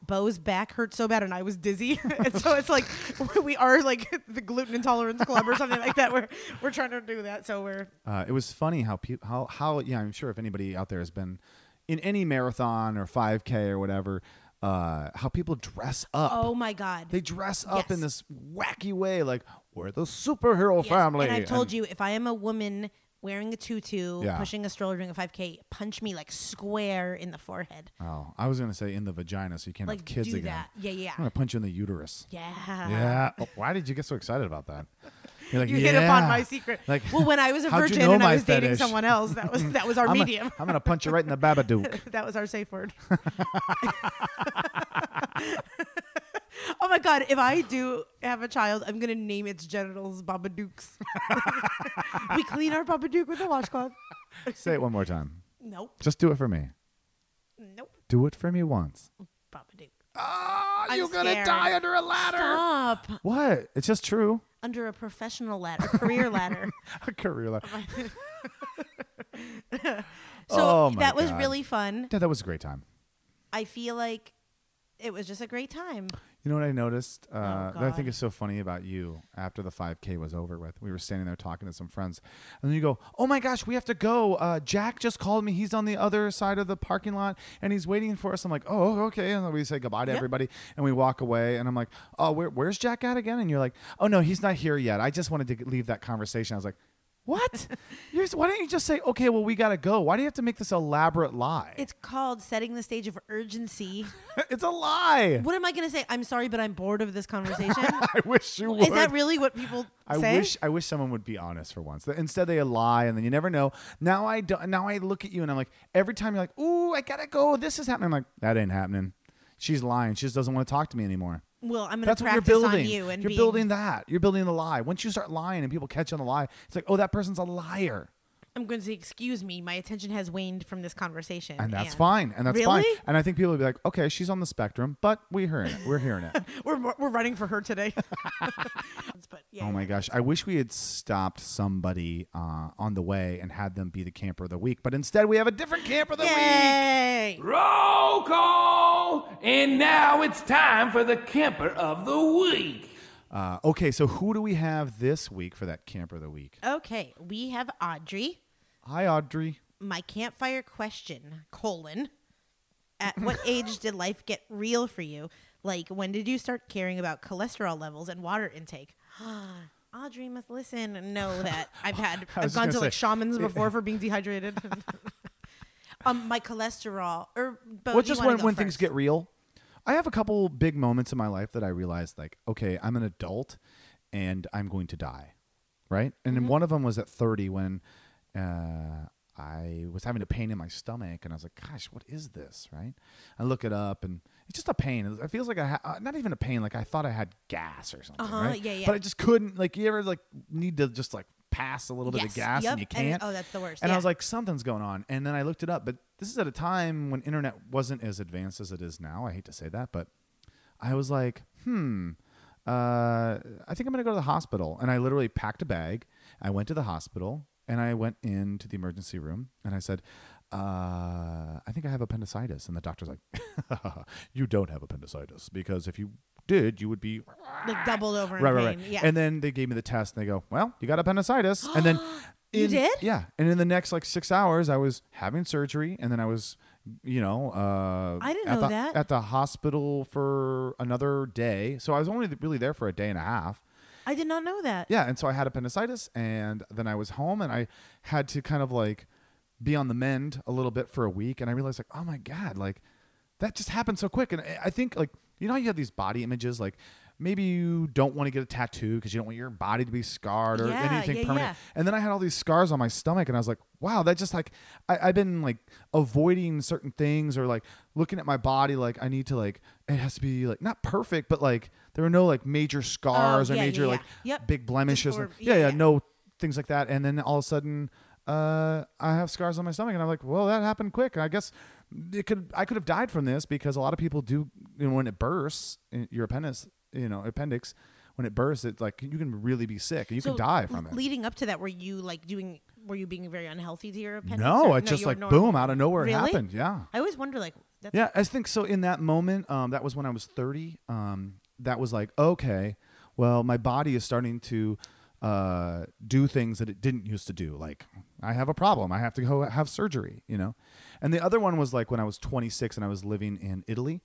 Speaker 3: Bo's back hurt so bad and I was dizzy. and so it's like we are like the gluten intolerance club or something like that. We're we're trying to do that. So we're
Speaker 4: Uh, it was funny how people how how yeah I'm sure if anybody out there has been in any marathon or 5K or whatever, uh, how people dress up.
Speaker 3: Oh my god.
Speaker 4: They dress up in
Speaker 3: Yes.
Speaker 4: this wacky way, like we're the superhero
Speaker 3: Yes.
Speaker 4: family.
Speaker 3: And I've told you if I am a woman wearing a tutu,
Speaker 4: Yeah.
Speaker 3: pushing a stroller doing a 5K, punch me like square in the forehead.
Speaker 4: Oh, I was gonna say in the vagina, so you can't
Speaker 3: Like
Speaker 4: have kids
Speaker 3: do
Speaker 4: again.
Speaker 3: that. Yeah, yeah.
Speaker 4: I'm gonna punch you in the uterus.
Speaker 3: Yeah.
Speaker 4: Yeah. Oh, why did you get so excited about that? You're like,
Speaker 3: You hit upon
Speaker 4: "Yeah."
Speaker 3: my secret.
Speaker 4: Like,
Speaker 3: well, when I was a
Speaker 4: how'd you
Speaker 3: virgin
Speaker 4: know
Speaker 3: and
Speaker 4: my
Speaker 3: I was dating
Speaker 4: fetish?
Speaker 3: someone else, that was that was our
Speaker 4: I'm,
Speaker 3: medium.
Speaker 4: A, I'm gonna punch you right in the babadook.
Speaker 3: that was our safe word. oh my god! If I do have a child, I'm gonna name its genitals Babadooks. we clean our Babadook with a washcloth.
Speaker 4: Say it one more time.
Speaker 3: Nope,
Speaker 4: Just do it for me.
Speaker 3: nope,
Speaker 4: Do it for me once.
Speaker 3: Babadook.
Speaker 4: Oh,
Speaker 3: I'm you're gonna scared. die
Speaker 4: under a ladder.
Speaker 3: Stop
Speaker 4: What? It's just true.
Speaker 3: under a professional ladder, career ladder.
Speaker 4: A career ladder.
Speaker 3: Oh So
Speaker 4: Oh my
Speaker 3: that was
Speaker 4: God.
Speaker 3: really fun.
Speaker 4: Yeah, that was a great time.
Speaker 3: I feel like it was just a great time.
Speaker 4: You know what I noticed? Uh, that I think
Speaker 3: Oh, God.
Speaker 4: is so funny about you after the 5K was over with. We were standing there talking to some friends, and then you go, Oh my gosh, we have to go. Uh, Jack just called me. He's on the other side of the parking lot and he's waiting for us. I'm like, Oh, okay. And then we say goodbye to
Speaker 3: Yep.
Speaker 4: everybody and we walk away. And I'm like, Oh, where, where's Jack at again? And you're like, Oh no, he's not here yet. I just wanted to g- leave that conversation. I was like, What? You're, s- why don't you just say, Okay, well, we got to go? Why do you have to make this elaborate lie?
Speaker 3: It's called setting the stage of urgency.
Speaker 4: it's a lie.
Speaker 3: What am I going to say? I'm sorry, but I'm bored of this conversation.
Speaker 4: I wish you would.
Speaker 3: Is that really what people
Speaker 4: I
Speaker 3: say?
Speaker 4: wish I wish someone would be honest for once. Th- Instead, they lie, and then you never know. Now I don't, now I look at you, and I'm like, every time you're like, "Ooh, I gotta go. This is happening." I'm like, "That ain't happening." She's lying. She just doesn't want to talk to me anymore.
Speaker 3: well, I'm going
Speaker 4: That's
Speaker 3: to
Speaker 4: what you're
Speaker 3: practice
Speaker 4: building.
Speaker 3: on you and
Speaker 4: you're
Speaker 3: being,
Speaker 4: building that. You're building the lie. Once you start lying and people catch on the lie, it's like, "Oh, that person's a liar,"
Speaker 3: I'm going to say, excuse me, my attention has waned from this conversation,
Speaker 4: and that's fine, and that's
Speaker 3: really?
Speaker 4: fine. And I think people will be like, "Okay, she's on the spectrum, but we're hearing it. We're hearing it."
Speaker 3: We're we're running for her today. but yeah,
Speaker 4: Oh my gosh. I wish we had stopped somebody uh, on the way and had them be the camper of the week, but instead we have a different camper of the week.
Speaker 3: yay!
Speaker 1: Roll call! And now it's time for the Kemper of the Week.
Speaker 4: Uh, okay, so who do we have this week for that camper of the week?
Speaker 3: Okay, we have Audrey.
Speaker 4: Hi, Audrey.
Speaker 3: My campfire question: colon At what age did life get real for you? Like, when did you start caring about cholesterol levels and water intake? Audrey must listen and know that I've
Speaker 4: I
Speaker 3: had
Speaker 4: was
Speaker 3: I've
Speaker 4: just
Speaker 3: gone
Speaker 4: gonna
Speaker 3: to like
Speaker 4: say-
Speaker 3: shamans before for being dehydrated. um, my cholesterol or but
Speaker 4: well, just when, when things get real. I have a couple big moments in my life that I realized, like, okay, I'm an adult and I'm going to die, right? And
Speaker 3: Mm-hmm.
Speaker 4: then one of them was at 30 when uh, I was having a pain in my stomach and I was like, gosh, what is this, right? I look it up and it's just a pain. It feels like I, ha- uh, not even a pain, like I thought I had gas or something,
Speaker 3: Uh-huh,
Speaker 4: right?
Speaker 3: yeah, yeah.
Speaker 4: But I just couldn't, like, you ever, like, need to just, like, pass a little bit
Speaker 3: Yes,
Speaker 4: of gas
Speaker 3: yep,
Speaker 4: and you
Speaker 3: and-
Speaker 4: can't?
Speaker 3: oh, that's the worst,
Speaker 4: And I
Speaker 3: yeah.
Speaker 4: was like, like something's going on and then i looked it up but this is at a time when internet wasn't as advanced as it is now i hate to say that but i was like hmm uh, i think i'm going to go to the hospital and i literally packed a bag i went to the hospital and i went into the emergency room and i said uh, i think i have appendicitis and the doctor's like you don't have appendicitis because if you did you would be
Speaker 3: like doubled over in
Speaker 4: right,
Speaker 3: pain.
Speaker 4: right, right.
Speaker 3: Yeah.
Speaker 4: And then they gave me the test, and they go, "Well, you got appendicitis." and then
Speaker 3: You
Speaker 4: in-
Speaker 3: did?
Speaker 4: Yeah. And in the next like six hours, I was having surgery, and then I was, you know, uh,
Speaker 3: I didn't
Speaker 4: at
Speaker 3: know
Speaker 4: the,
Speaker 3: that.
Speaker 4: at the hospital for another day. So I was only really there for a day and a half.
Speaker 3: I did not know that.
Speaker 4: Yeah, and so I had appendicitis, and then I was home, and I had to kind of like be on the mend a little bit for a week, and I realized like, oh my god, like that just happened so quick, and I- I think like you know how you have these body images like. Maybe you don't want to get a tattoo because you don't want your body to be scarred or
Speaker 3: Yeah,
Speaker 4: anything
Speaker 3: yeah,
Speaker 4: permanent.
Speaker 3: yeah.
Speaker 4: And then I had all these scars on my stomach, and I was like, wow, that just like, I, I've been like avoiding certain things or like looking at my body like I need to like, it has to be like not perfect, but like there are no like major scars or
Speaker 3: Oh, yeah, yeah,
Speaker 4: major
Speaker 3: yeah.
Speaker 4: like
Speaker 3: Yep.
Speaker 4: big blemishes.
Speaker 3: Disfor-
Speaker 4: yeah,
Speaker 3: yeah,
Speaker 4: yeah,
Speaker 3: yeah.
Speaker 4: no things like that. And then all of a sudden, uh, I have scars on my stomach, and I'm like, well, that happened quick. And I guess it could I could have died from this because a lot of people do you know, when it bursts in your appendix, you know, appendix. When it bursts, it's like you can really be sick. and You
Speaker 3: So,
Speaker 4: can die
Speaker 3: l-
Speaker 4: from it.
Speaker 3: Leading up to that, were you like doing? Were you being very unhealthy to your appendix?
Speaker 4: No,
Speaker 3: or-
Speaker 4: it just
Speaker 3: you were
Speaker 4: like
Speaker 3: normal?
Speaker 4: boom out of nowhere it
Speaker 3: Really?
Speaker 4: happened. Yeah.
Speaker 3: I always wonder, like, that's
Speaker 4: Yeah, I think so. In that moment, um, that was when I was 30. Um, that was like, okay, well, my body is starting to uh, do things that it didn't used to do. Like, I have a problem. I have to go have surgery, you know? And the other one was like when I was 26 and I was living in Italy.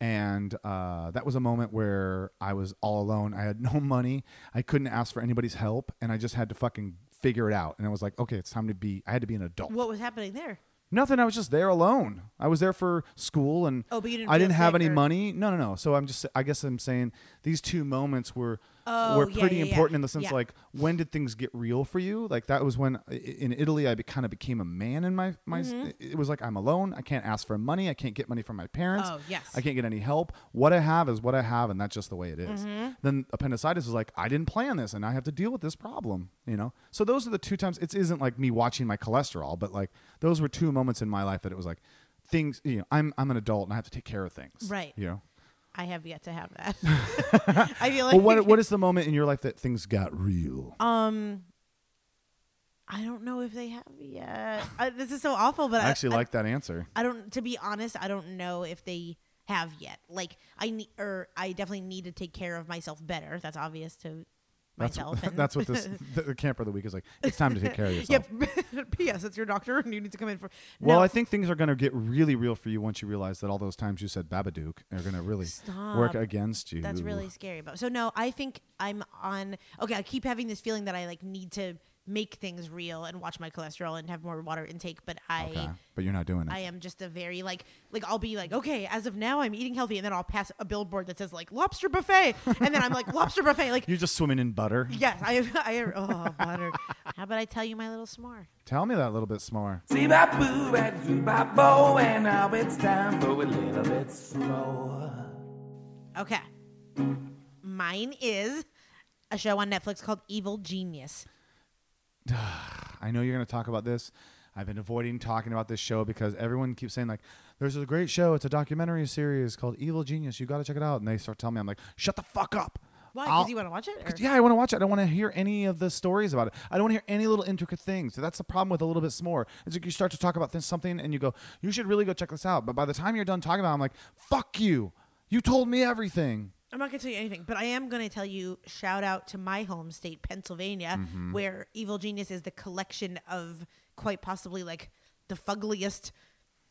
Speaker 4: And uh, that was a moment where I was all alone. I had no money. I couldn't ask for anybody's help. And I just had to fucking figure it out. And I was like, okay, it's time to be, I had to be an adult.
Speaker 3: what was happening there.
Speaker 4: Nothing. I was just there alone. I was there for school, and
Speaker 3: Oh, but you didn't
Speaker 4: I didn't
Speaker 3: feel
Speaker 4: have
Speaker 3: sick
Speaker 4: any
Speaker 3: or-
Speaker 4: money. No, no, no. So I'm just. I guess I'm saying these two moments were
Speaker 3: Oh,
Speaker 4: were
Speaker 3: yeah,
Speaker 4: pretty
Speaker 3: yeah, yeah.
Speaker 4: important in the sense
Speaker 3: Yeah.
Speaker 4: like when did things get real for you? Like that was when i- in Italy I be, kind of became a man in my my.
Speaker 3: Mm-hmm.
Speaker 4: It was like I'm alone. I can't ask for money. I can't get money from my parents.
Speaker 3: Oh, yes.
Speaker 4: I can't get any help. What I have is what I have, and that's just the way it is.
Speaker 3: Mm-hmm.
Speaker 4: Then appendicitis is like I didn't plan this, and I have to deal with this problem. You know. So those are the two times. It isn't like me watching my cholesterol, but like those were two moments in my life that it was like things. You know, I'm I'm an adult and I have to take care of things.
Speaker 3: Right.
Speaker 4: You know.
Speaker 3: I have yet to have that. I feel like
Speaker 4: Well, what what is the moment in your life that things got real?
Speaker 3: um. I don't know if they have yet. I, this is so awful, but
Speaker 4: I actually
Speaker 3: I,
Speaker 4: like that answer.
Speaker 3: I don't. To be honest, I don't know if they have yet. Like I need, or I definitely need to take care of myself better. That's obvious to myself. and-
Speaker 4: That's what this the, the camper of the week is like. It's time to take care of yourself.
Speaker 3: Yep. P.S. It's your doctor, and you need to come in for.
Speaker 4: Well,
Speaker 3: No.
Speaker 4: I think things are going to get really real for you once you realize that all those times you said Babadook are going to really work
Speaker 3: Stop.
Speaker 4: against you.
Speaker 3: That's really scary. But so no, I think I'm on. Okay, I keep having this feeling that I like need to make things real and watch my cholesterol and have more water intake. But I,
Speaker 4: Okay, but you're not doing it.
Speaker 3: I am just a very like like I'll be like okay, as of now I'm eating healthy, and then I'll pass a billboard that says like lobster buffet, and then I'm like lobster buffet. Like
Speaker 4: you're just swimming in butter.
Speaker 3: yes, I I oh butter. How about I tell you my little s'more?
Speaker 4: Tell me that a little bit more.
Speaker 1: Zee-bop-boo and zoo-bop-bo, and now it's time for a little bit slow.
Speaker 3: Okay, mine is a show on Netflix called Evil Genius.
Speaker 4: I know you're going to talk about this. I've been avoiding talking about this show because everyone keeps saying like, "There's a great show. It's a documentary series called Evil Genius. You got to check it out." And they start telling me, "I'm like, shut the fuck up."
Speaker 3: Why?
Speaker 4: I'll-
Speaker 3: Because you want to watch it? or-
Speaker 4: 'Cause, yeah, I want to watch it. I don't want to hear any of the stories about it. I don't want to hear any little intricate things. So that's the problem with a little bit s'more. It's like you start to talk about this something and you go, you should really go check this out. But by the time you're done talking about it, I'm like, fuck you. You told me everything.
Speaker 3: I'm not going to tell you anything, but I am going to tell you shout out to my home state, Pennsylvania,
Speaker 4: Mm-hmm.
Speaker 3: where Evil Genius is the collection of quite possibly like the fuggliest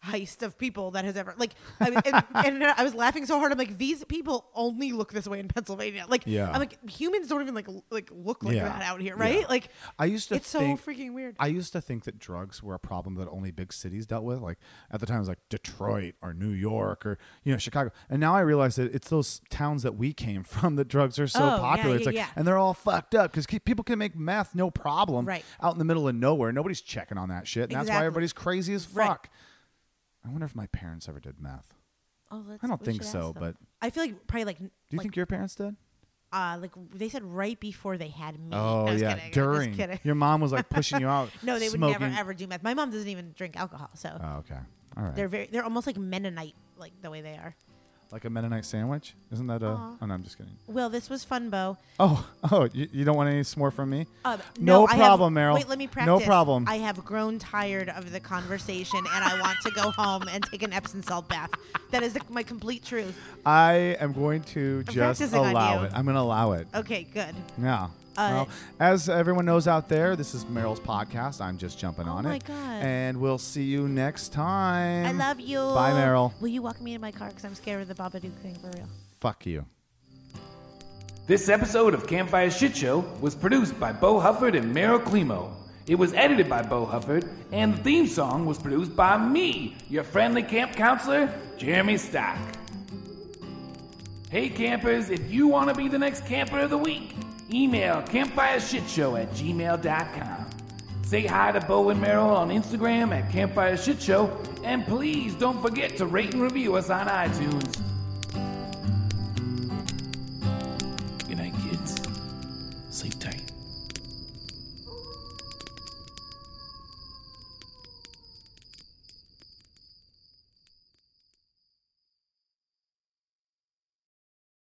Speaker 3: heist of people that has ever like I mean, and, and I was laughing so hard I'm like these people only look this way in Pennsylvania like
Speaker 4: Yeah.
Speaker 3: I'm like humans don't even like l- like look like
Speaker 4: Yeah.
Speaker 3: that out here right
Speaker 4: Yeah.
Speaker 3: like
Speaker 4: I used to
Speaker 3: it's
Speaker 4: think-
Speaker 3: so freaking weird
Speaker 4: I used to think that drugs were a problem that only big cities dealt with. Like at the time, it was like Detroit or New York or you know Chicago. And now I realize that it's those towns that we came from that drugs are so
Speaker 3: Oh, yeah,
Speaker 4: popular. it's
Speaker 3: yeah,
Speaker 4: like
Speaker 3: yeah.
Speaker 4: and they're all fucked up because people can make meth no problem
Speaker 3: Right.
Speaker 4: out in the middle of nowhere. Nobody's checking on that shit. And That's why
Speaker 3: Exactly.
Speaker 4: everybody's crazy as
Speaker 3: Right.
Speaker 4: fuck. I wonder if my parents ever did meth.
Speaker 3: oh, let's,
Speaker 4: I don't
Speaker 3: we
Speaker 4: think
Speaker 3: should
Speaker 4: so,
Speaker 3: ask them.
Speaker 4: but-
Speaker 3: I feel like probably like do
Speaker 4: Do you
Speaker 3: like,
Speaker 4: think your parents did?
Speaker 3: uh like they said right before they had me
Speaker 4: Oh
Speaker 3: I was
Speaker 4: yeah,
Speaker 3: kidding. I'm just
Speaker 4: during
Speaker 3: kidding.
Speaker 4: your mom was like pushing you out.
Speaker 3: No, they
Speaker 4: smoking.
Speaker 3: would never ever do meth. My mom doesn't even drink alcohol, so
Speaker 4: Oh, okay, all right.
Speaker 3: they're very they're almost like Mennonite, like the way they are.
Speaker 4: like a Mennonite sandwich, isn't that a?
Speaker 3: Aw.
Speaker 4: Oh no, I'm just kidding.
Speaker 3: Well, this was fun, Bo.
Speaker 4: Oh, oh, you, you don't want any s'more from me?
Speaker 3: Um,
Speaker 4: No
Speaker 3: I have-
Speaker 4: problem, Meryl.
Speaker 3: Wait, let me
Speaker 4: No
Speaker 3: practice.
Speaker 4: problem.
Speaker 3: I have grown tired of the conversation, and I want to go home and take an Epsom salt bath. That is the, my complete truth.
Speaker 4: I am going to just
Speaker 3: practicing on
Speaker 4: allow
Speaker 3: you.
Speaker 4: it. I'm going to allow it.
Speaker 3: Okay, good.
Speaker 4: Yeah.
Speaker 3: Uh,
Speaker 4: Well, as everyone knows out there, this is Meryl's podcast. I'm just jumping
Speaker 3: Oh
Speaker 4: on
Speaker 3: my
Speaker 4: it.
Speaker 3: God.
Speaker 4: And we'll see you next time.
Speaker 3: I love you.
Speaker 4: Mm. Bye, Meryl.
Speaker 3: Will you walk me to my car? Because I'm scared of the Babadook thing for real.
Speaker 4: Fuck you.
Speaker 1: This episode of Campfire Shit Show was produced by Bo Hufford and Meryl Climo. It was edited by Bo Hufford, and the theme song was produced by me, your friendly camp counselor, Jeremy Stock. Hey campers, if you want to be the next camper of the week, email campfireshitshow at gmail.com. Say hi to Bo and Meryl on Instagram at Campfire Shit Show, and please don't forget to rate and review us on iTunes. Good night, kids. Sleep tight.